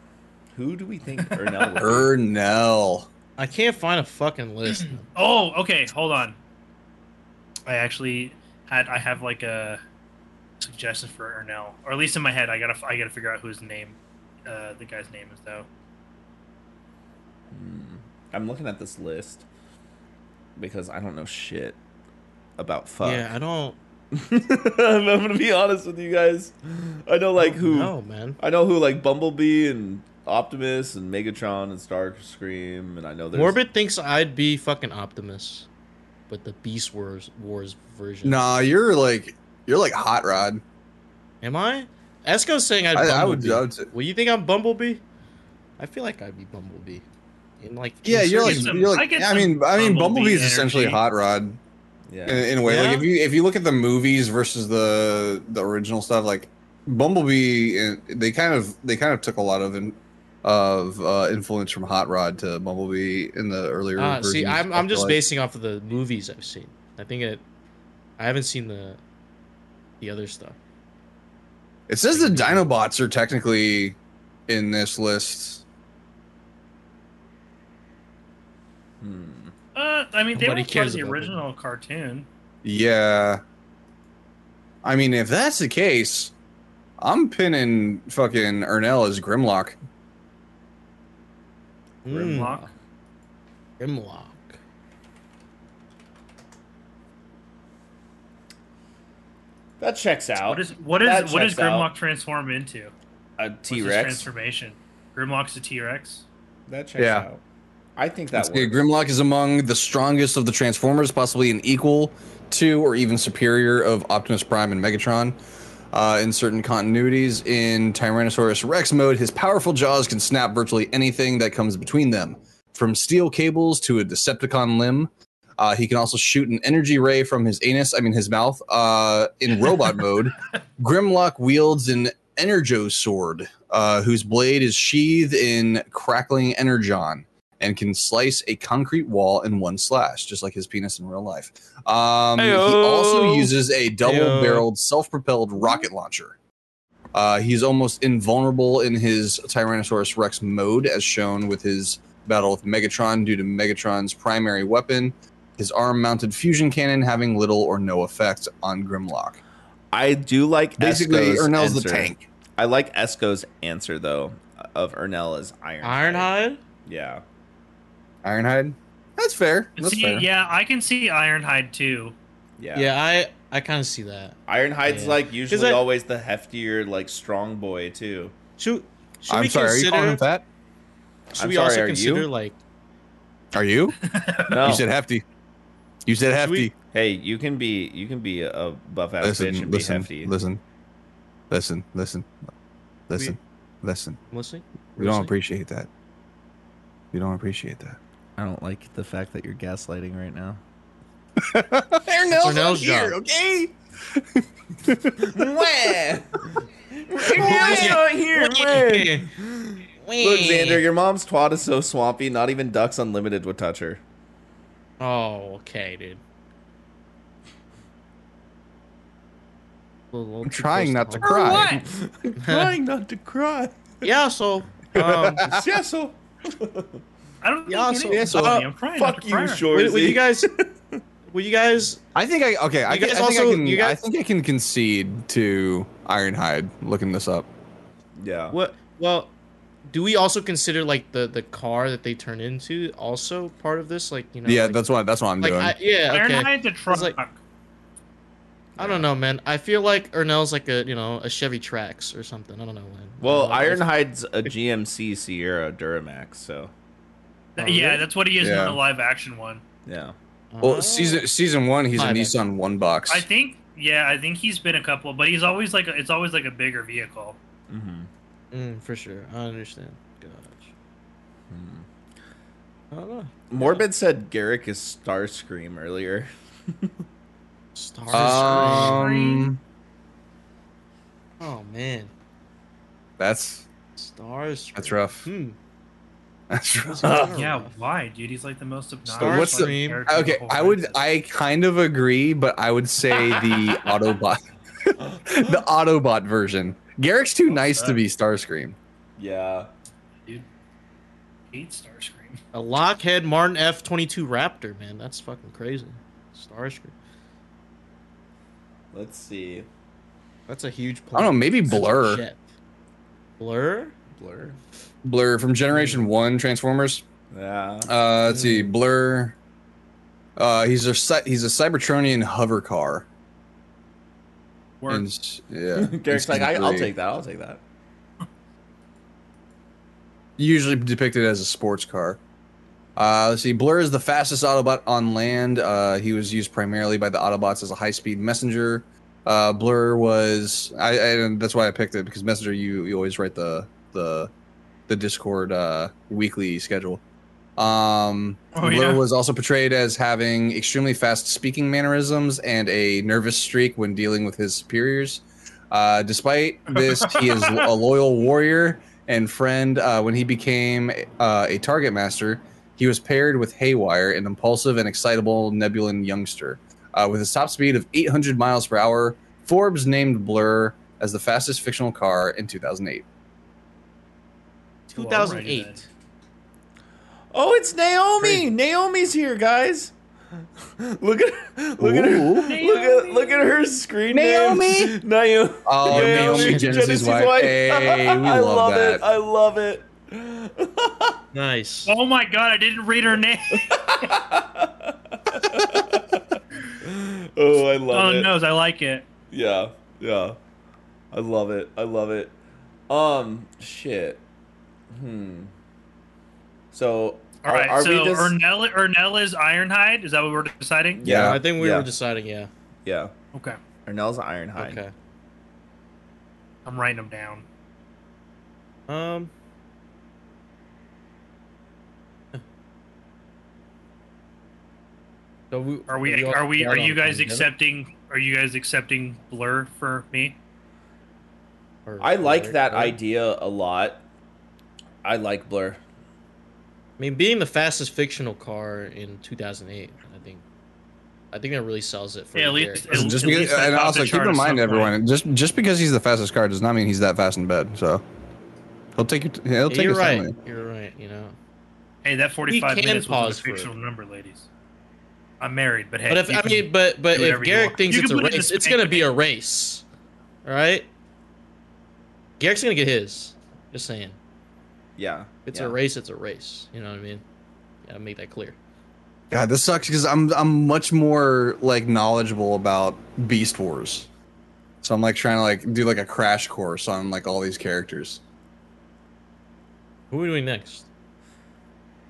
A: Who do
D: <laughs>
A: we think Ernell would be?
B: Ernell.
D: I can't find a fucking list.
E: <laughs> Oh, okay. Hold on. I actually had I have like a suggestion for Ernell, or at least in my head, I gotta I gotta figure out who his name, uh, the guy's name is though.
A: Hmm. I'm looking at this list because I don't know shit about fuck. <laughs>
D: Yeah, I don't.
A: I'm gonna be honest with you guys. I know like who
D: Oh, No, man.
A: I know who like Bumblebee and Optimus and Megatron and Starscream, and I know there's
D: Morbid thinks I'd be fucking Optimus, but the Beast Wars Wars version.
B: Nah, you're like you're like hot rod.
D: Am I? Esco's saying I'd
B: I- I would-
D: Bumblebee.
B: I would say-
D: Well, you think I'm Bumblebee? I feel like I'd be Bumblebee. In like
B: Yeah,
D: in
B: you're like
D: certain-
E: some-
B: you're
E: I
B: like.
E: get
B: yeah, I
E: some
B: mean, I mean,
E: Bumblebee
B: Bumblebee's essentially
E: energy.
B: hot rod
A: yeah.
D: Mm.
B: in, in a way. Like if
D: Yeah.
B: you if you look at the movies versus the the original stuff, like Bumblebee, and they kind of they kind of took a lot of in, of uh, influence from Hot Rod to Bumblebee in the earlier.
D: Ah, see,
B: versions,
D: I'm
B: I
D: I'm
B: feel
D: just
B: like.
D: basing off of the movies I've seen. I think it. I haven't seen the, the other stuff.
B: It says the Dinobots are technically in this list.
A: Hmm.
E: Uh, I mean, they
D: Nobody
E: were part
D: cares
E: of the
D: about them.
E: original cartoon.
B: Yeah. I mean, if that's the case, I'm pinning fucking Ernell as Grimlock.
D: Mm,
E: Grimlock.
D: Grimlock.
A: That checks out.
E: What is what
A: Oh, That
E: is what does
A: checks out.
E: Grimlock transform into?
A: a
E: What's
A: T
E: his
A: Rex?
E: transformation. Grimlock's a T Rex.
A: That checks
B: Yeah.
A: out. I think that
B: Let's
A: works.
B: see, Grimlock is among the strongest of the Transformers, possibly an equal to or even superior of Optimus Prime and Megatron. Uh, in certain continuities, in Tyrannosaurus Rex mode, his powerful jaws can snap virtually anything that comes between them, from steel cables to a Decepticon limb. Uh, he can also shoot an energy ray from his anus, I mean his mouth. Uh, in
A: <laughs>
B: robot mode, Grimlock wields an Energo sword, uh, whose blade is sheathed in crackling energon and can slice a concrete wall in one slash, just like his penis in real life. Um, he
D: Heyo.
B: also uses a
D: Heyo.
B: double-barreled, self-propelled rocket launcher. Uh, he's almost invulnerable in his Tyrannosaurus Rex mode, as shown with his battle with Megatron, due to Megatron's primary weapon, his arm-mounted fusion cannon, having little or no effect on Grimlock.
A: I do like
B: Basically,
A: Esco's
B: Ernell's the
A: answer.
B: tank.
A: I like Esco's answer though of Ernell as Iron.
D: Ironhide.
A: Yeah.
B: Ironhide. That's fair. That's
E: See,
B: fair.
E: yeah, I can see Ironhide too.
A: Yeah.
D: Yeah, I I kind of see that.
A: Ironhide's
D: Yeah.
A: like usually
D: that-
A: always the heftier, like strong boy too.
D: Should, should
B: I'm
D: we
B: sorry. Are you
D: consider?
B: calling him fat?
D: Should
A: I'm
D: we
A: sorry,
D: also
A: are
D: consider
A: you?
D: like?
B: Are you?
A: No.
B: You said hefty. You said
D: Should we-
B: hefty.
A: hey, you can be you can be a buff ass bitch and
B: listen,
A: be hefty.
B: listen, listen, listen, listen, listen.
D: I'm listening.
B: We don't
D: Listen.
B: appreciate that. We don't appreciate that.
A: I don't like the fact that you're gaslighting right now.
B: Ernell's
D: Ernell's
B: on
D: job.
B: here, <laughs> okay?
D: Yeah.
A: Look, Xander, your mom's twat is so swampy, not even Ducks Unlimited would touch her.
D: Oh, okay, dude.
B: I'm trying not to
D: cry.
B: cry.
A: I'm trying not to <laughs> cry.
D: <laughs> Yeah,
B: <laughs>
D: so um,
A: Cecil, Uh,
E: I don't think
D: Yeah,
E: it
D: so-
E: is
D: yeah, so-
E: funny. I'm trying not
A: fuck
E: to
A: you,
E: cry.
A: Shorzy.
D: would, would you
B: <laughs>
D: guys? Would you guys?
B: I think I okay. I,
D: You
B: can-
D: guys
B: I think
D: also-
B: I can.
D: you guys-
B: I think I can concede to Ironhide. Looking this up.
A: yeah.
D: What? Well, do we also consider like the the car that they turn into also part of this? Like you know?
B: yeah,
D: like,
B: that's what that's what I'm
D: like
B: doing.
D: I, yeah. Okay.
E: Ironhide's a truck.
D: like- I don't know, man. I feel like Ernell's like a you know a Chevy Trax or something. I don't know, man.
A: Well,
D: I don't know.
A: Ironhide's <laughs> a GMC Sierra Duramax, so
E: yeah, that's what he is
B: Oh, Yeah.
E: in the live action one.
A: yeah.
B: Well, season season one, he's a
D: Hi, Nick.
B: Nissan One Box.
E: I think, yeah, I think he's been a couple, but he's always like, a, it's always like a bigger vehicle.
A: Mm-hmm.
D: Mm, for sure. I understand. Gosh.
B: Hmm.
D: I don't know.
A: Morbid said Garrick is Starscream earlier.
D: Stars.
B: um,
D: oh man,
B: that's
D: stars.
B: that's rough.
D: Hmm.
B: That's rough.
D: Those
A: Uh,
D: are kinda
E: Yeah,
D: rough.
E: why, dude? He's like the most obnoxious.
D: Star
B: what's the-
E: fucking character in the
B: Okay,
E: whole
B: I would
E: franchise.
B: I kind of agree, but I would
A: <laughs>
B: say the Autobot, <laughs> the Autobot version. Garrick's too nice to be Starscream.
A: Yeah.
E: hate Starscream.
D: A lockhead Martin F twenty two Raptor, man. That's fucking crazy. Starscream.
A: Let's see.
D: That's a huge.
B: I don't know, maybe
D: That's a
B: Blur.
D: jet. Blur.
A: Blur.
B: Blur from
A: Mm.
B: Generation One Transformers.
A: Yeah.
B: Uh, let's see,
A: Mm.
D: Hmm.
B: Blur. Uh, he's a cy- he's a Cybertronian hover car.
E: Work.
B: And s- yeah,
A: <laughs> <laughs> Garrick's like, I, I'll
B: Basically,
A: take that. I'll take that.
B: Usually depicted as a sports car. Uh, let's see, Blur is the fastest Autobot on land. Uh, he was used primarily by the Autobots as a high-speed messenger. Uh, Blur was, I, I and that's why I picked it because messenger you you always write the the the Discord uh, weekly schedule. Um,
E: Oh,
B: Blur
E: yeah.
B: was also portrayed as having extremely fast speaking mannerisms and a nervous streak when dealing with his superiors. Uh, despite
E: <laughs>
B: this, he is a loyal warrior and friend. Uh, when he became uh, a target master, he was paired with Haywire, an impulsive and excitable Nebulan youngster. Uh, with his top speed of 800 miles per hour, Forbes named Blur as the fastest fictional car in 2008.
E: Well,
D: Two
E: alrighty
D: thousand eight.
E: then.
A: Oh, it's Naomi.
D: Crazy.
A: Naomi's here, guys. <laughs> look at look at her look at look at her screen
B: Naomi?
A: name. <laughs> Naomi.
B: Oh, Naomi, Genesis wife. Hey,
A: <laughs>
B: we
A: I
B: love
A: love it.
B: that.
A: I love it.
D: Nice.
E: Oh my god, I didn't read her name.
A: <laughs> oh, I love
E: oh
A: it.
E: no, I like it.
A: Yeah, yeah. I love it. I love it. Um, shit. Hmm. So,
E: All right,
A: are, are
E: so
A: we just?
E: Ernella, Ernella's Ironhide. Is that what we're deciding?
A: Yeah,
D: I think we
A: yeah.
D: were deciding. Yeah.
A: yeah,
E: Okay,
A: Arnell's Ironhide.
D: Okay.
E: I'm writing them down.
D: Um. <laughs> So we,
E: Are we?
D: all
E: Are we?
D: got
E: Are
D: on
E: you guys
D: Pandemic,
E: accepting? Are you guys accepting Blur for me?
D: or-
A: I like
D: or-
A: that
D: or-
A: idea a lot. I like Blur.
D: I mean, being the fastest fictional car in 2008, I think, I think that really sells it for.
E: Yeah, at
D: Derek.
E: least-
B: Listen,
E: At-
B: just
E: at
B: because,
E: least I
B: and
E: thought
B: also
E: the
B: keep
E: chart
B: in
E: at
B: mind,
E: some point.
B: everyone, just just because he's the fastest car does not mean he's that fast in bed. So he'll take your,
D: Yeah,
B: he'll take
D: you're
B: his time
D: right.
B: with it.
D: You're right. You know,
E: Hey, that 45
D: can
E: minutes
D: pause
E: was a
D: for it.
E: fictional number, ladies. I'm married, but hey.
D: but if
E: you
D: I
E: can-
D: mean, but but
E: do
D: if
E: whatever you
D: Garrick
E: want.
D: thinks
E: You
D: it's a
E: can put it in
D: race,
E: the
D: it's gonna
E: spank
D: be a race. All right. Garrick's gonna get his. Just saying,
A: Yeah,
D: If it's
A: yeah.
D: a race. It's a race. You know what I mean? Gotta make that clear.
B: God, this sucks because I'm I'm much more like knowledgeable about Beast Wars, so I'm like trying to like do like a crash course on like all these characters.
D: Who are we doing next?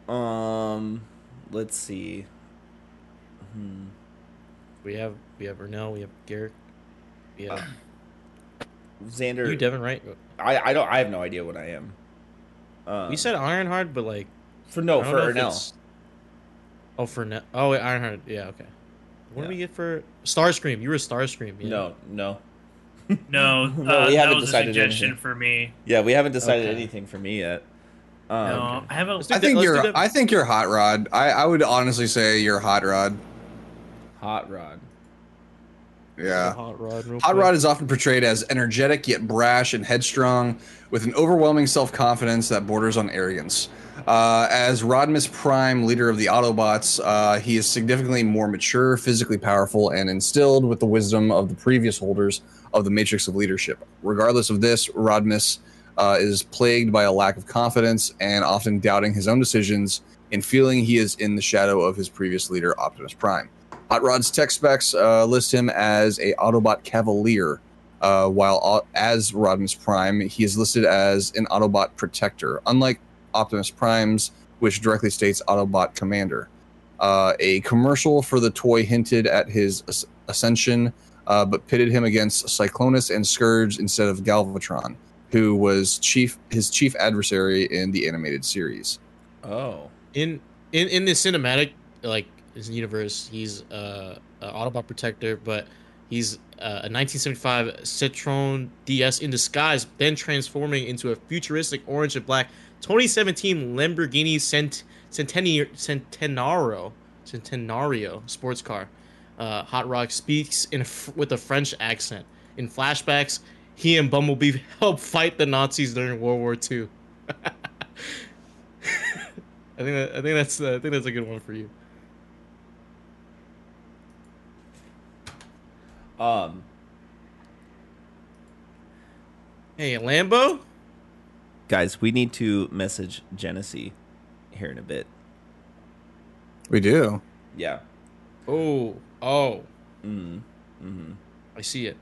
A: Um, let's see. Hmm.
D: We have we have Ernell. We have Garrick. We have
A: Xander,
D: you, Devin. Right?
A: I I don't I have no idea what I am. Um,
D: We said Ironheart, but like
A: for no
D: I don't
A: for
D: know if
A: Ernell.
D: it's- Oh, for now. Oh, wait, Ironheart. Yeah, okay. What
A: Yeah.
D: do we get for Starscream? You were Starscream. Yeah.
A: No, no.
E: No,
A: No,
E: uh,
A: we haven't
E: that was a
A: decided
E: suggestion
A: anything.
E: for me.
A: Yeah, we haven't decided
D: Okay.
A: anything for me yet. Um,
E: no, I haven't.
D: Let's do
B: I
D: that-
B: think
D: let's do
B: you're
D: that-
B: I think you're Hot Rod. I I would honestly say you're Hot Rod.
A: Um, Hot Rod.
B: Yeah.
D: Hot Rod. Real
B: Hot
D: quick.
B: Rod is often portrayed as energetic yet brash and headstrong, with an overwhelming self confidence that borders on arrogance. Uh, as Rodmus Prime, leader of the Autobots, uh, he is significantly more mature, physically powerful, and instilled with the wisdom of the previous holders of the Matrix of Leadership. Regardless of this, Rodmus uh, is plagued by a lack of confidence and often doubting his own decisions and feeling he is in the shadow of his previous leader, Optimus Prime. Hot Rod's tech specs uh, list him as a Autobot Cavalier, uh, while au- as Rodmus Prime, he is listed as an Autobot Protector, unlike Optimus Prime's, which directly states Autobot Commander. Uh, a commercial for the toy hinted at his as- ascension, uh, but pitted him against Cyclonus and Scourge instead of Galvatron, who was chief his chief adversary in the animated series.
A: Oh.
D: in in in the cinematic like his universe he's uh, a autobot protector but he's uh, a 1975 citroen ds in disguise then transforming into a futuristic orange and black 2017 lamborghini Cent- Centeni- centenaro centenario sports car uh, hot rock speaks in a fr- with a french accent in flashbacks he and bumblebee <laughs> help fight the nazis during world war ii I think that, I think that's uh, I think that's a good one for you.
A: Um.
D: Hey, Lambo.
A: Guys, we need to message Genesee here in a bit.
B: We do.
A: Yeah.
D: Oh, oh,
A: Mm. Mm.
D: I see it.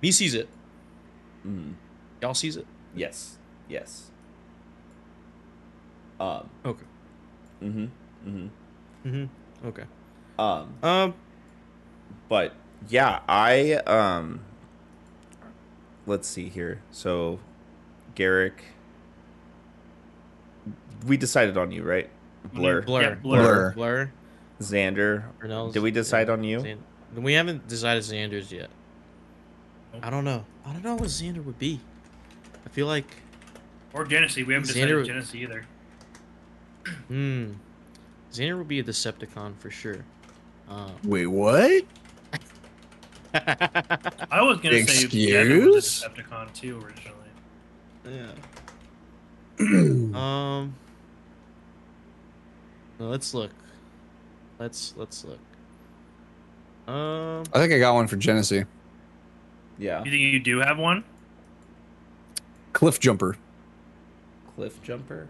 D: Me sees it.
A: Mm.
D: Y'all sees it.
A: Yes. Yes. Um.
D: Okay.
A: Mhm. Mhm.
D: Mm-hmm. Okay.
A: Um.
D: Um.
A: but yeah, I um let's see here. So Garrick we decided on you, right? Blur.
D: Blur.
E: Yeah,
D: blur.
B: Blur.
D: Blur. Blur.
A: Xander.
D: Brunel's-
A: Did we decide on you?
D: Xan- we haven't decided Xander's yet. I don't know. I don't know what Xander would be. I feel like.
E: Or Genesee. We haven't
D: Xander-
E: decided Genesee either.
D: Hmm. Xander would be a Decepticon for sure. Uh, <laughs>
B: Wait, what?
E: I was gonna say Xander was a Decepticon too originally.
D: Yeah. <clears throat> um. no, let's look. Let's let's look. Um.
B: I think I got one for Genesee.
A: Yeah.
E: You think you do have one?
B: Cliff Jumper.
A: Cliff jumper.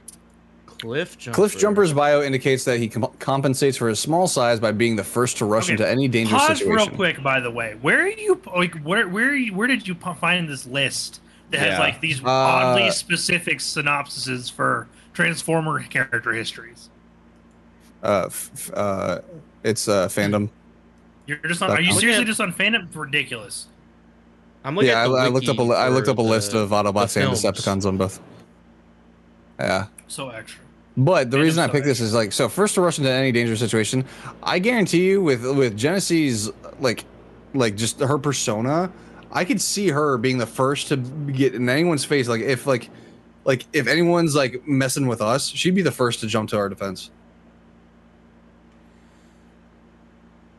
D: Cliff jumper.
B: Cliff Jumper's bio indicates that he com- compensates for his small size by being the first to rush
E: Okay,
B: into any dangerous
E: Pause
B: situation.
E: real quick, by the way. Where are you? Like, where where are you, where did you p- find this list that has
A: Yeah.
E: like these
B: Uh,
E: oddly specific synopsises for Transformer character histories?
B: Uh, f- f- uh, it's uh, fandom.
E: You're just on, are you
B: Look
E: seriously
D: at-
E: just on fandom? Ridiculous.
D: I'm looking
B: yeah,
D: at the
B: I, I looked up
D: wiki
B: a li- I
D: for
B: looked up a list
D: the-
B: of Autobots
D: the
B: and
D: films.
B: Decepticons on both. Yeah,
E: So extra.
B: but the
E: Phantom's
B: reason I
E: so
B: picked this
E: extra.
B: is like so first to rush into any dangerous situation. I guarantee you, with with Genesee's like, like just her persona, I could see her being the first to get in anyone's face. Like if like, like if anyone's like messing with us, she'd be the first to jump to our defense.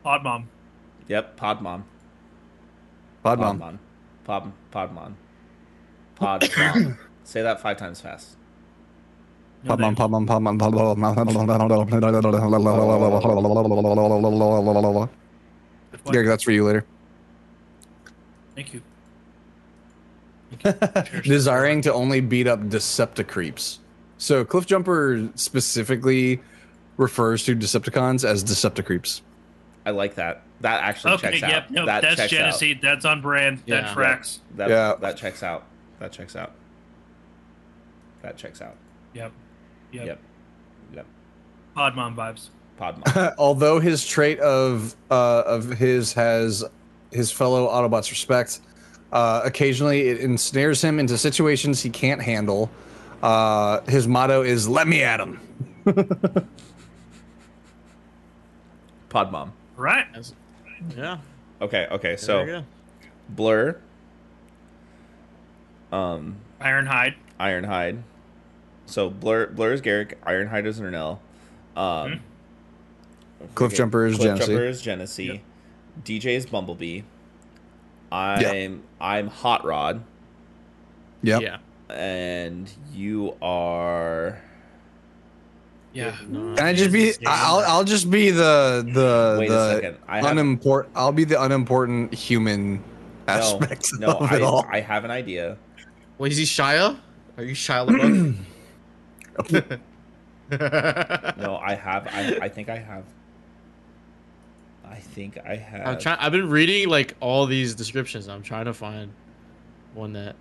E: Odd mom.
A: Yep, Podmon.
B: Podmom.
A: Podmon. Pod Podmon. Podmon. Say that 5 times fast.
E: No,
B: Pom, pom,
E: thank you.
B: pom, pom, pom, pom, pom, pom, pom, pom, pom, pom, pom, pom.
E: Good point.
B: Gary, that's for you later.
E: Thank you.
B: Desiring to only beat up Decepticreeps. So Cliffjumper specifically refers to Decepticons as Decepticreeps.
A: I like that. That actually
E: Okay,
A: checks out.
E: yep, nope,
A: that
E: that's
A: checks
E: Genesee. That's on brand.
D: Yeah.
E: That tracks.
A: out. That,
B: Yeah.
A: that checks out. That checks out. That checks out.
E: Yep. Yep.
A: Yep. Yep.
E: Odd mom vibes.
A: Podmon.
B: <laughs> Although his trait of uh, of his has his fellow Autobots respect, uh, occasionally it ensnares him into situations he can't handle. Uh, his motto is "Let me at him."
A: Podmom.
E: All Right.
D: Yeah.
A: Okay, okay.
D: So.
A: So Blur, um,
E: Ironhide.
A: Ironhide. So Blur, Blur is Garrick. Ironhide is Ernell. Um,
B: Cliffjumper is Genesee.
A: Cliffjumper is Genesee. DJ is Bumblebee. I'm I'm Hot Rod,
B: Yep.
D: Yeah.
A: and you are.
D: Yeah.
B: Can I just be? I'll I'll just be the the
A: Wait
B: Uh, the
A: a second. I have
B: unimport. I'll be the unimportant human
A: no,
B: aspect
A: no.
B: of
A: I,
B: it all.
A: I have an idea.
D: Wait, is he Shia? Are you Shia
B: <clears throat>
D: LaBeouf?
A: No, I have. I, I think I have. I think I
D: I'm
A: have.
D: trying. I've been reading like all these descriptions. I'm trying to find one that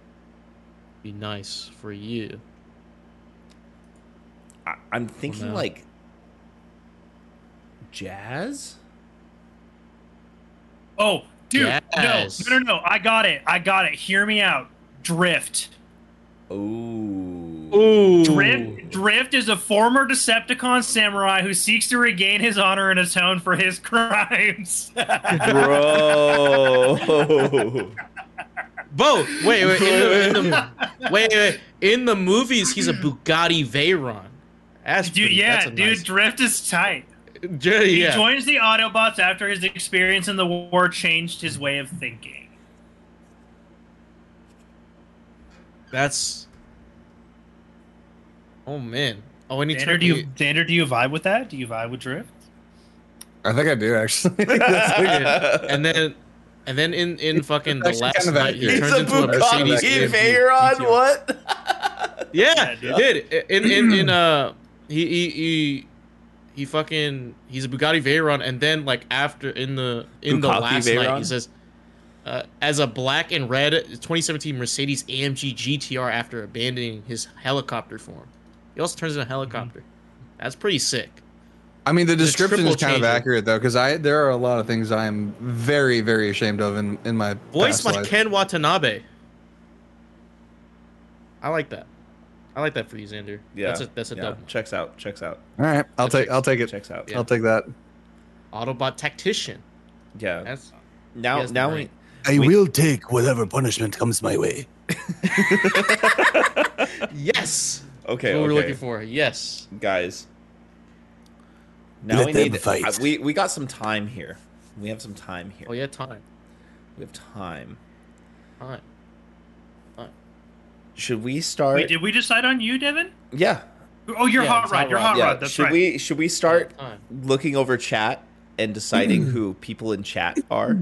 D: be nice for you.
A: I, I'm thinking
D: no.
A: like Jazz?
E: Oh, dude,
D: Yes.
E: no, no, no, no! I got it, I got it. Hear me out. Drift.
A: Ooh. <laughs>
D: Ooh.
E: Drift, Drift is a former Decepticon samurai who seeks to regain his honor and atone for his <laughs> crimes.
A: Bro.
D: Bo, wait, wait, in the, in
E: <laughs>
D: the, wait, wait, in the movies, he's a Bugatti Veyron. That's
E: dude,
D: pretty- that's
E: yeah,
D: a
E: dude, Drift is tight.
D: nice- Dr- yeah.
E: He joins the Autobots after his experience in the war changed his way of thinking.
D: That's. Oh man! Oh, and he
E: Dander,
D: turned
E: do you, Dander, do you vibe with that? Do you vibe with Drift?
B: <laughs> I think I do actually.
D: <laughs>
B: That's like-
D: and then, and then in in fucking the
B: actually
D: last
B: kind of
D: night, he
B: accurate.
D: turns into a Mercedes.
B: Mercedes-Benz
A: Veyron?
D: GTR.
A: What?
D: Yeah,
E: Yeah,
D: dude. In in in uh, he he he. He fucking he's a Bugatti Veyron, and then like after in the in the
A: Bugatti
D: last night he
A: Veyron?
D: says, uh, as a black and red 2017 Mercedes AMG GTR after abandoning his helicopter form, he also turns into a helicopter. That's pretty sick.
B: <laughs> I mean, the description
D: triple
B: is kind of
D: changer.
B: accurate though, because I there are a lot of things I am very very ashamed of in in my
D: Voiced
B: past
D: by
B: life.
D: Ken Watanabe. I like that. I like that for you, Xander.
A: Yeah.
D: that's a that's a
A: yeah.
D: double.
A: Checks out. Checks out.
B: All right, I'll take I'll take it.
A: Checks out.
D: Yeah.
B: I'll take that.
D: Autobot tactician.
A: Yeah. <laughs>
D: That's
A: now,
D: has the
A: now we.
D: brain.
H: I
A: We-
H: will take whatever punishment comes my way.
D: yes.
A: Okay.
D: what
A: okay.
D: we we're looking for. Yes.
A: guys. Now
H: Let
A: we
H: them
A: need
H: fight.
A: I- we we got some time here. We have some time here.
D: Oh yeah, time.
A: We have time.
D: Time.
A: Should we start?
E: Wait, did we decide on you, Devin?
A: yeah.
E: Oh, you're
D: Yeah,
E: hot
D: it's
E: rod.
D: Hot
E: You're
D: Rod.
E: hot
A: yeah.
E: rod. That's
A: should
E: right.
A: we should we start
D: Time.
A: looking over chat and deciding who people in chat are?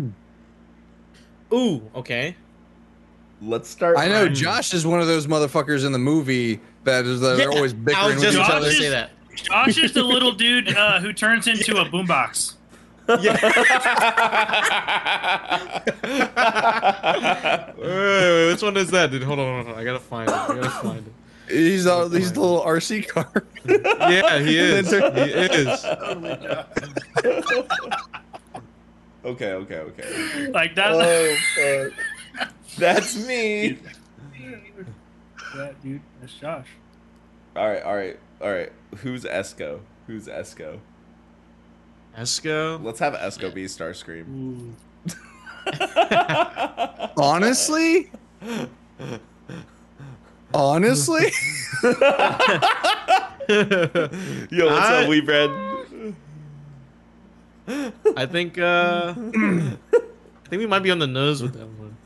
D: Ooh. Okay.
A: Let's start.
B: I know
D: Mm.
B: Josh is one of those motherfuckers in the movie that is that they're
D: Yeah,
B: always
D: I
B: bickering
D: was
B: with
D: just
B: each
D: about
B: other.
D: to
E: Josh
D: say
E: is-
D: that.
E: Josh is the little dude uh, who turns into a boombox.
D: Wait, wait, wait, which one is that, dude? Hold on, hold on. I gotta find it. I gotta find it.
B: He's uh, he's the little RC car. <laughs>
D: Yeah, he is. he is.
A: <laughs> okay. Okay. Okay.
E: Like that. <laughs>
A: Oh, fuck. That's me.
E: that dude. That's Josh.
A: All right. All right. All right. Who's Esco? Who's Esco?
D: Esco.
A: Let's have Esco be Starscream.
E: Oh,
D: <laughs>
B: Honestly,
D: <laughs>
B: honestly,
D: <laughs>
A: Yo, what's
D: I-
A: up, we bread?
D: I think. uh I think we might be on the nose with that one.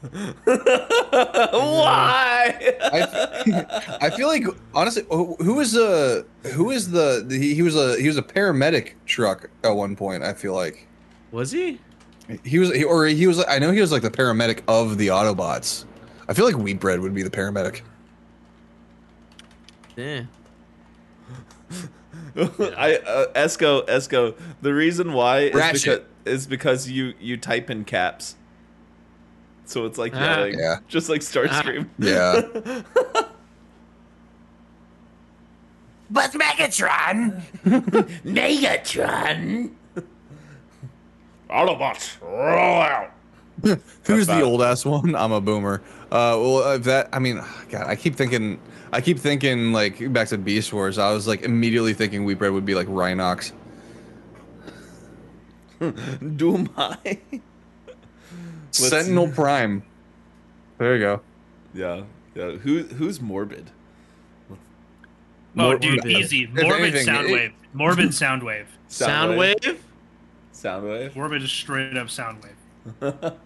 A: Why?
B: I, <laughs> I feel like honestly, who who is the who is the he, he was a he was a paramedic truck at one point. I feel like
D: Was he?
B: he was he, or he was I know he was like the paramedic of the Autobots. I feel like Wheatbread would be the paramedic.
D: Yeah.
A: <laughs> I uh, Esco Esco. The reason why is because
B: Ratchet.
A: is because you you type in caps. So it's like
D: Ah.
A: yelling,
B: Yeah.
A: just like Starscream.
B: Yeah.
H: <laughs> But Megatron!
A: Megatron. Autobots, roll out.
B: Who's
A: That's
B: the
A: bad.
B: old ass one? <laughs> I'm a boomer. Uh, well, if that I mean, God, I keep thinking, I keep thinking like back to Beast Wars. I was like immediately thinking Wheatbread would be like Rhinox.
A: Do my.
B: Sentinel Prime. There you go.
A: <laughs> Yeah, yeah. Who who's morbid?
E: Oh,
B: Mor-
E: dude,
B: Morbid.
E: easy.
B: If
E: Morbid
B: anything, it-
E: Soundwave. Morbid Soundwave.
A: Soundwave?
D: Soundwave?
A: Soundwave.
E: Morbid is straight up Soundwave.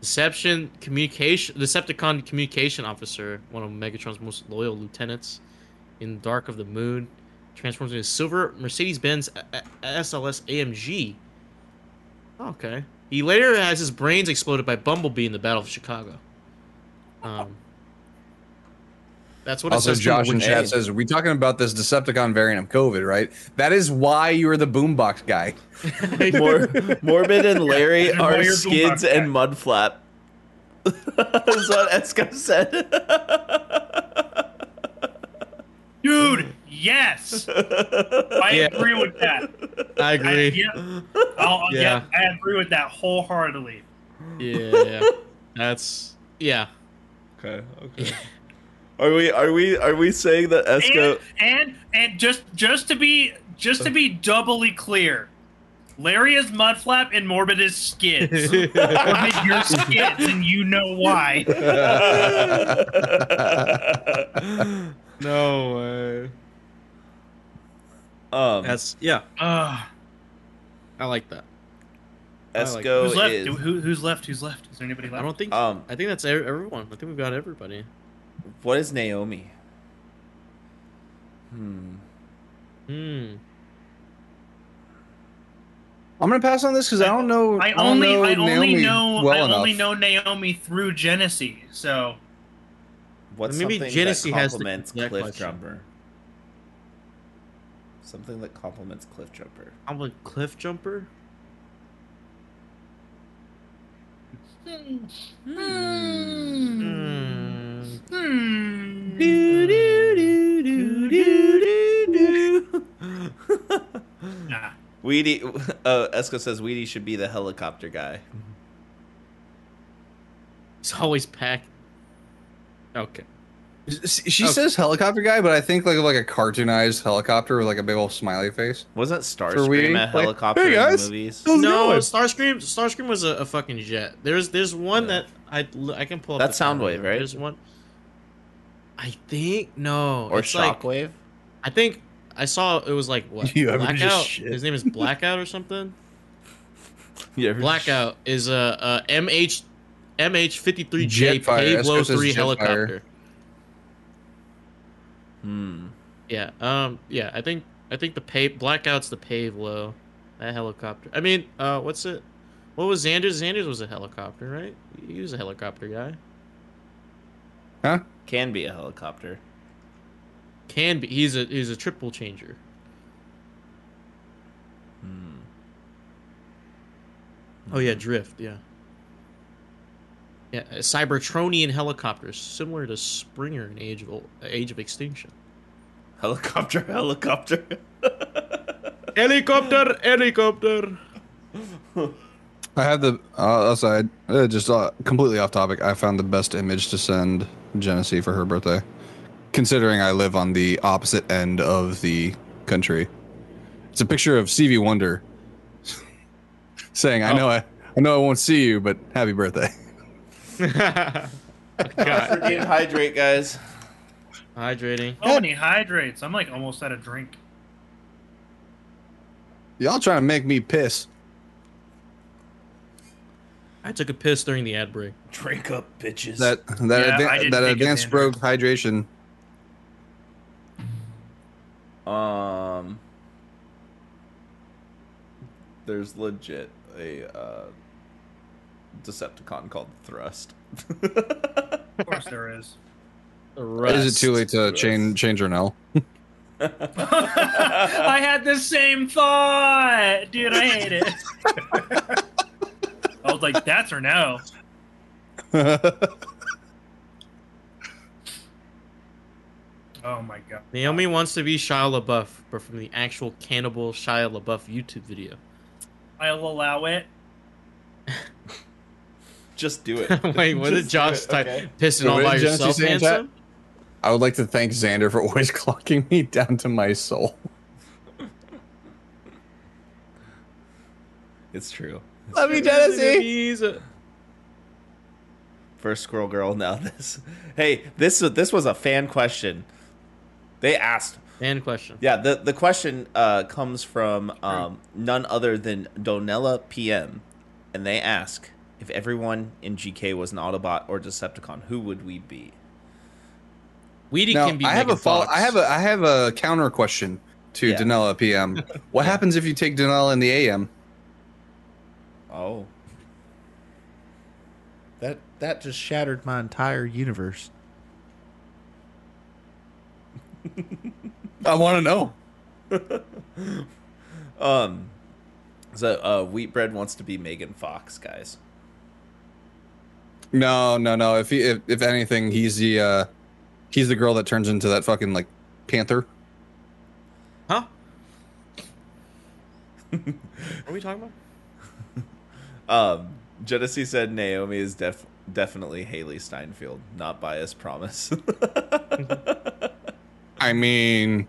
D: Deception communication Decepticon communication officer, one of Megatron's most loyal lieutenants, in the dark of the moon, transforms into a silver Mercedes-Benz A- A- SLS AMG. Okay. He later has his brains exploded by Bumblebee in the Battle of Chicago. Um, that's what
B: also,
D: it says.
B: Josh in
D: and
B: chat says, "We talking about this Decepticon variant of COVID, right? That is why you were the boombox guy."
D: <laughs>
A: Mor- morbid and Larry
E: They're
A: are
E: lawyer
A: skids
E: boombox
A: and mudflap. <laughs> That's what Esco said.
E: Dude, Yes, I
D: Yeah.
E: agree with that.
D: I
E: I,
D: agree.
E: <laughs> yep. I'll-
D: Yeah.
E: yep, I agree with that wholeheartedly.
D: yeah. That's <laughs> yeah.
A: Okay. Okay. <laughs> Are we are we are we saying that Esco?
E: And, and and just just to be just to be doubly clear, Larry is mudflap and Morbid is
B: <laughs>
E: skids. Morbid, you're skids, and you know why.
D: No way.
A: <laughs> um,
D: That's yeah.
E: Ugh.
D: I like that. I like-
B: Oh,
A: Esco
E: who's left?
A: is.
E: Who, who's left? Who's left? Is there anybody left?
D: I don't think.
A: Um,
D: I think that's e- everyone. I think we've got everybody.
A: What is Naomi? Hmm.
D: Hmm.
B: I'm gonna pass on this because I don't know.
E: I
B: don't
E: only
B: know
E: I only
B: Naomi
E: know
B: well
E: I
B: enough.
E: only know Naomi through Genesee. So
A: What's
D: Maybe
A: something
D: Genesee
A: that
D: has the
A: compliments
D: exact
A: Cliff
D: question.
A: Jumper? Something that compliments Cliff Jumper.
D: I'm a cliff jumper. Hmm. Do, do, do, do, do, do, do.
E: nah.
A: <laughs> Weedy, uh, Esco says Weedy should be the helicopter guy.
D: It's always packed. Okay.
B: She
D: Okay.
B: says helicopter guy, but I think like like a cartoonized helicopter with like a big old smiley face.
A: Wasn't
B: Weedy?
A: Starscream a
B: Like,
A: helicopter
B: "Hey,
A: in the
B: guys."
A: movies?
B: How's it
D: No,
B: going?
D: Starscream. Starscream was a, a fucking jet. There's there's one that I l- I can pull up.
A: That's
D: the timeline.
A: Soundwave, right?
D: There's one. I think no.
A: Or
D: it's like-
A: Shockwave?
D: I think I saw it was like what
F: You ever just
D: blackout.
F: shit?
D: His name is Blackout or something.
A: <laughs> yeah,
D: Blackout is a, a MH MH fifty three J
B: Jetfire.
D: Pay
B: That's
D: Blow
B: what says
D: three
B: Jetfire.
D: helicopter.
A: Hmm.
D: Yeah. Um. Yeah. I think I think the pay Blackout's the Pave Low. That helicopter. I mean, uh, what's it? What was Xander's? Xander's was a helicopter, right? He was a helicopter guy.
A: Can be a helicopter.
D: Can be. He's a he's a triple changer.
A: Hmm.
D: Oh yeah, drift. Yeah. Yeah, uh, Cybertronian helicopters, similar to Springer in Age of Ol- Age of Extinction.
A: Helicopter, <laughs> helicopter.
D: <laughs> Helicopter, helicopter.
B: I have the uh, aside uh, just uh, completely off topic. I found the best image to send Genesee for her birthday, considering I live on the opposite end of the country. It's a picture of Stevie Wonder <laughs> saying, "I know
E: Oh.
B: I, I know I won't see you, but happy birthday."
A: Hydrate, hydrate, guys.
D: Hydrating.
E: So many hydrates. I'm like almost out of drink.
B: Y'all trying to make me piss?
D: I took a piss during the ad break.
A: Drink up, bitches.
B: That that
E: Yeah, I
B: advan-
E: didn't
B: that
E: think of
B: advanced
E: Xander.
B: stroke hydration.
A: Um, there's legit a uh, Decepticon called Thrust. <laughs>
E: Of course there is.
B: Is it too late to change change her <laughs> now?
E: I had the same thought, dude. I hate it. I was like, that's or no. Oh my god.
D: Naomi wants to be Shia LaBeouf, but from the actual Cannibal Shia LaBeouf YouTube video.
E: I'll allow it.
A: Just do it.
D: <laughs> Wait, what did
A: Just
D: Josh
A: do it,
B: uh,
D: type?
A: okay?
D: Pissing
B: Wait,
D: all by
B: did Genesee
D: yourself,
B: say in chat?
D: handsome?
B: I would like to thank Xander for <laughs> always clocking me down to my soul.
A: <laughs> It's true.
B: Love you, Genesee.
D: He's a-
A: First Squirrel Girl. Now this. Hey, this this was a fan question. They asked.
D: Fan question.
A: Yeah, the the question uh, comes from um, none other than Donella PM, and they ask if everyone in GK was an Autobot or Decepticon, who would we be?
D: Weedy
B: Now,
D: can be
B: I have
D: Megan
B: a follow-
D: Fox.
B: I have a I have a counter question to
A: Yeah. <laughs>
B: Danella PM. What happens if you take Danella in the AM?
A: Oh, that that just shattered my entire universe.
B: I want to know.
A: Um, so uh, Wheatbread wants to be Megan Fox, guys.
B: No, no, no. If he, if, if anything, he's the uh, he's the girl that turns into that fucking like panther.
D: What are we talking about?
A: Um, Genesee said Naomi is def- definitely Haley Steinfeld, not bias promise. <laughs>
B: I mean,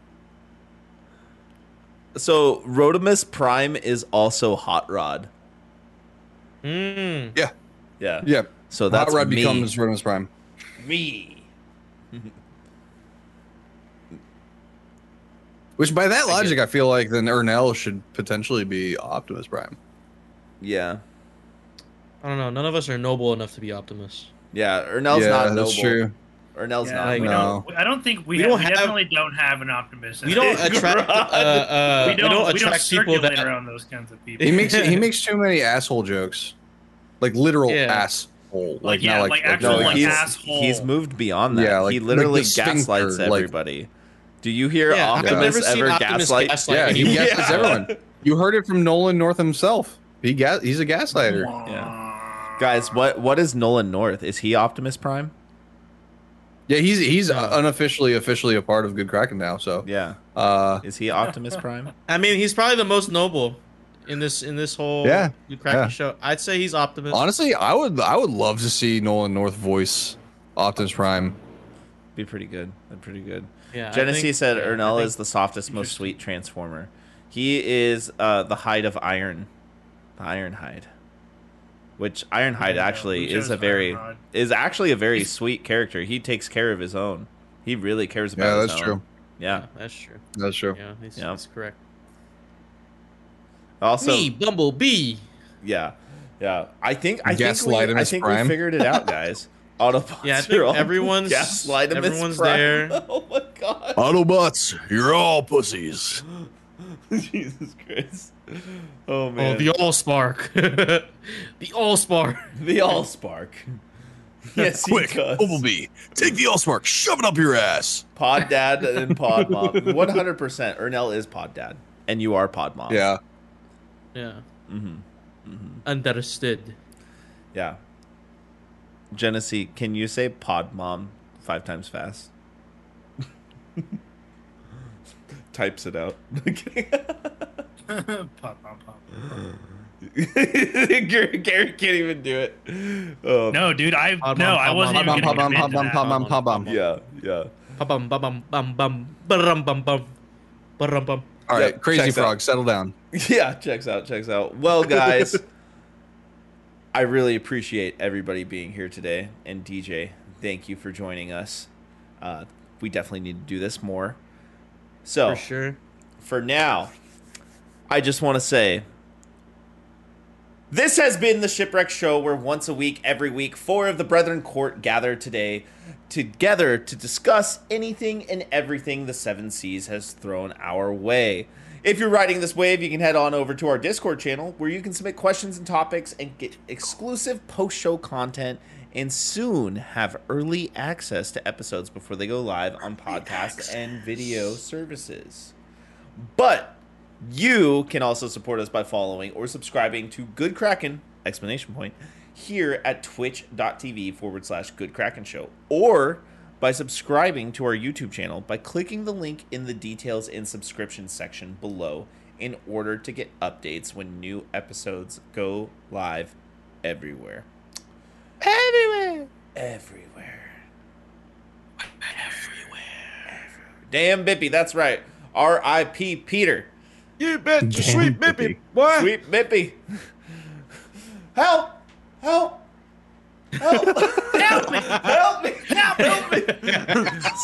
A: so Rodimus Prime is also Hot Rod.
D: Mm.
B: yeah,
A: Yeah.
B: yeah.
A: So that's
B: Hot Rod
A: me.
B: becomes Rodimus Prime.
A: me.
B: Which, by that logic, I feel like then Ernell should potentially be Optimus Prime.
A: Yeah.
D: I don't know. None of us are noble enough to be optimists.
A: Yeah. Ernell's
B: yeah,
A: not noble.
B: that's true.
A: Ernell's
E: Yeah,
A: not.
E: we
A: noble.
B: no.
E: don't, I don't think we,
D: We
E: ha-
D: don't
E: we
D: have-
E: definitely don't have an optimist. in
D: We
E: our <laughs>
D: don't
E: group.
D: attract. Uh, uh,
E: we don't, we don't
D: attract people
E: circulate
D: that.
E: around those kinds of <laughs> people.
B: He makes he makes too many asshole jokes, like literal
D: Yeah.
B: asshole. Like,
E: yeah,
B: not like,
E: like
B: like
E: actual,
B: nothing
E: like,
B: else.
A: he's,
E: asshole.
A: he's moved beyond that.
B: Yeah, like-
A: he literally
B: like the
A: gaslights
B: sphincter, like-
A: everybody. Do you hear
D: Yeah, I've
A: Optimus
D: never seen
A: ever
D: Optimus
A: gaslight?
D: gaslight
B: yeah, he
D: anyone. <laughs>
A: Yeah.
B: gasses everyone. You heard it from Nolan North himself. He ga- he's a gaslighter.
A: Yeah. Guys, what what is Nolan North? Is he Optimus Prime?
B: Yeah, he's he's uh, unofficially officially a part of Good Kraken now. So
A: Yeah.
B: uh,
A: Is he Optimus Prime?
D: I mean, he's probably the most noble in this in this whole
B: Yeah,
D: Good Kraken
B: yeah.
D: show. I'd say he's optimist.
B: honestly, I would I would love to see Nolan North voice Optimus Prime.
A: Be pretty good. That'd pretty good.
D: Yeah, I
A: Genesee
D: think-
A: said
D: yeah, I
A: Ernell
D: think-
A: is the softest, most sweet transformer. He is uh, the hide of iron, the iron hide, which iron hide
E: Yeah,
A: actually
E: we
A: is
E: chose
A: a very
E: Ironhide.
A: is actually a very sweet character. He takes care of his own. He really cares about.
B: Yeah,
A: his
B: that's
A: own.
B: true.
A: Yeah.
D: That's true.
B: That's true.
D: Yeah, he's,
A: Yeah.
D: he's correct.
A: Also,
D: Me, Bumblebee.
A: yeah, yeah. I think I think we,
B: Gaslightimus
A: I think we
B: Prime.
A: figured it out, guys.
D: <laughs>
A: Autobots.
D: Yeah, I think
A: are all
D: everyone's-
A: Gaslightimus
D: everyone's
A: Prime. <laughs>
D: there.
A: Oh my god.
H: Autobots, you're
A: <laughs>
H: all pussies.
A: Jesus Christ. Oh man.
D: Oh, the All Spark. <laughs> the All Spark.
A: The
D: <laughs>
A: All Spark. <laughs> Yes, he
H: Quick,
A: does.
H: Bumblebee, take the Allspark, shove it up your ass.
A: Pod Dad and Pod Mom.
D: <laughs>
A: 100%. Ernell is Pod Dad, and you are Pod Mom.
B: Yeah.
D: Yeah,
A: hmm
D: understood.
A: Yeah. Genesee, can you say Pod Mom five times
D: <laughs>
A: fast? Types it out.
E: <laughs>
A: <laughs>
E: Pop, pop, pop.
A: <laughs> Gary, Gary can't even do it. Um,
E: No, dude, I
D: Pod
E: no,
D: bomb,
E: I
D: pod
E: wasn't
D: bomb,
E: even
D: pod bomb,
E: gonna commit
D: pod
E: to
D: bomb,
E: that.
D: pod
B: Pom pom.
A: Yeah, yeah.
D: Ba-bum, ba-bum, bum, bum, ba-dum, bum, bum, ba-dum, bum.
B: All right,
A: Yep,
B: Crazy
A: checks out.
B: Frog, settle down.
A: Yeah, checks out, checks out.
D: <laughs>
A: Well, guys, I really appreciate everybody being here today. And DJ, thank you for joining us. Uh, we definitely need to do this more. So, Oh.
D: For sure.
A: for now, I just want to say this has been the Shipwreck Show, where once a week, every week, four of the Brethren Court gather today together to discuss anything and everything the Seven Seas has thrown our way. If you're riding this wave, you can head on over to our Discord channel where you can submit questions and topics and get exclusive post show content and soon have early access to episodes before they go live on podcasts and video services. But you can also support us by following or subscribing to Good Kraken exclamation point here at twitch.tv forward slash good kraken show or by subscribing to our YouTube channel by clicking the link in the details and subscription section below in order to get updates when new episodes go live everywhere. Everywhere. Everywhere. Damn Bippy, that's right. R.I.P. Peter.
D: You bet your sweet
F: Bippy.
D: bippy. What?
A: Sweet Bippy. Help! Help! Help! <laughs> Help me! Help me! Help, me!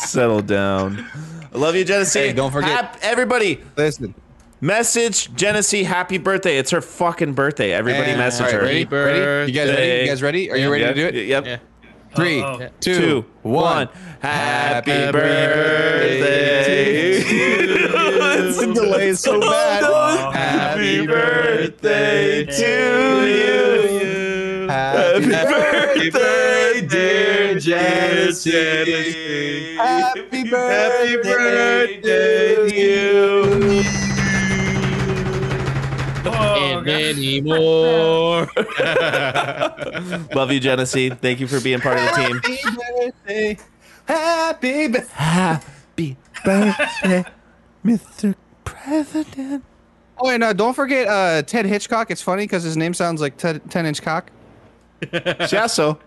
A: Settle down. I love you, Genesee.
B: Hey, don't forget-
A: Hap- everybody,
B: Listen.
A: message Genesee happy birthday. It's her fucking birthday. Everybody
B: And-
A: message
B: all right,
A: her.
B: Ready? ready? You guys ready?
A: Birthday.
B: You guys ready? Are you ready to
A: Yep,
B: do it?
A: Yep.
D: Yeah.
B: Three,
E: Oh, oh.
B: two, one.
A: Happy,
B: Happy
A: birthday. <laughs>
B: the delay is so bad.
A: Happy birthday to you.
B: Happy
A: Happy birthday, dear
D: Genesee.
B: Happy birthday,
A: to you.
E: Oh,
D: And
E: God.
D: many <laughs> more.
A: Love you, Genesee. Thank you for being part of the team.
B: birthday. Happy birthday.
A: Happy birthday, Mr. President.
B: Oh, and uh, don't forget uh, Ted Hitchcock. It's funny because his name sounds like Ted, 10 inch cock.
A: Shasso.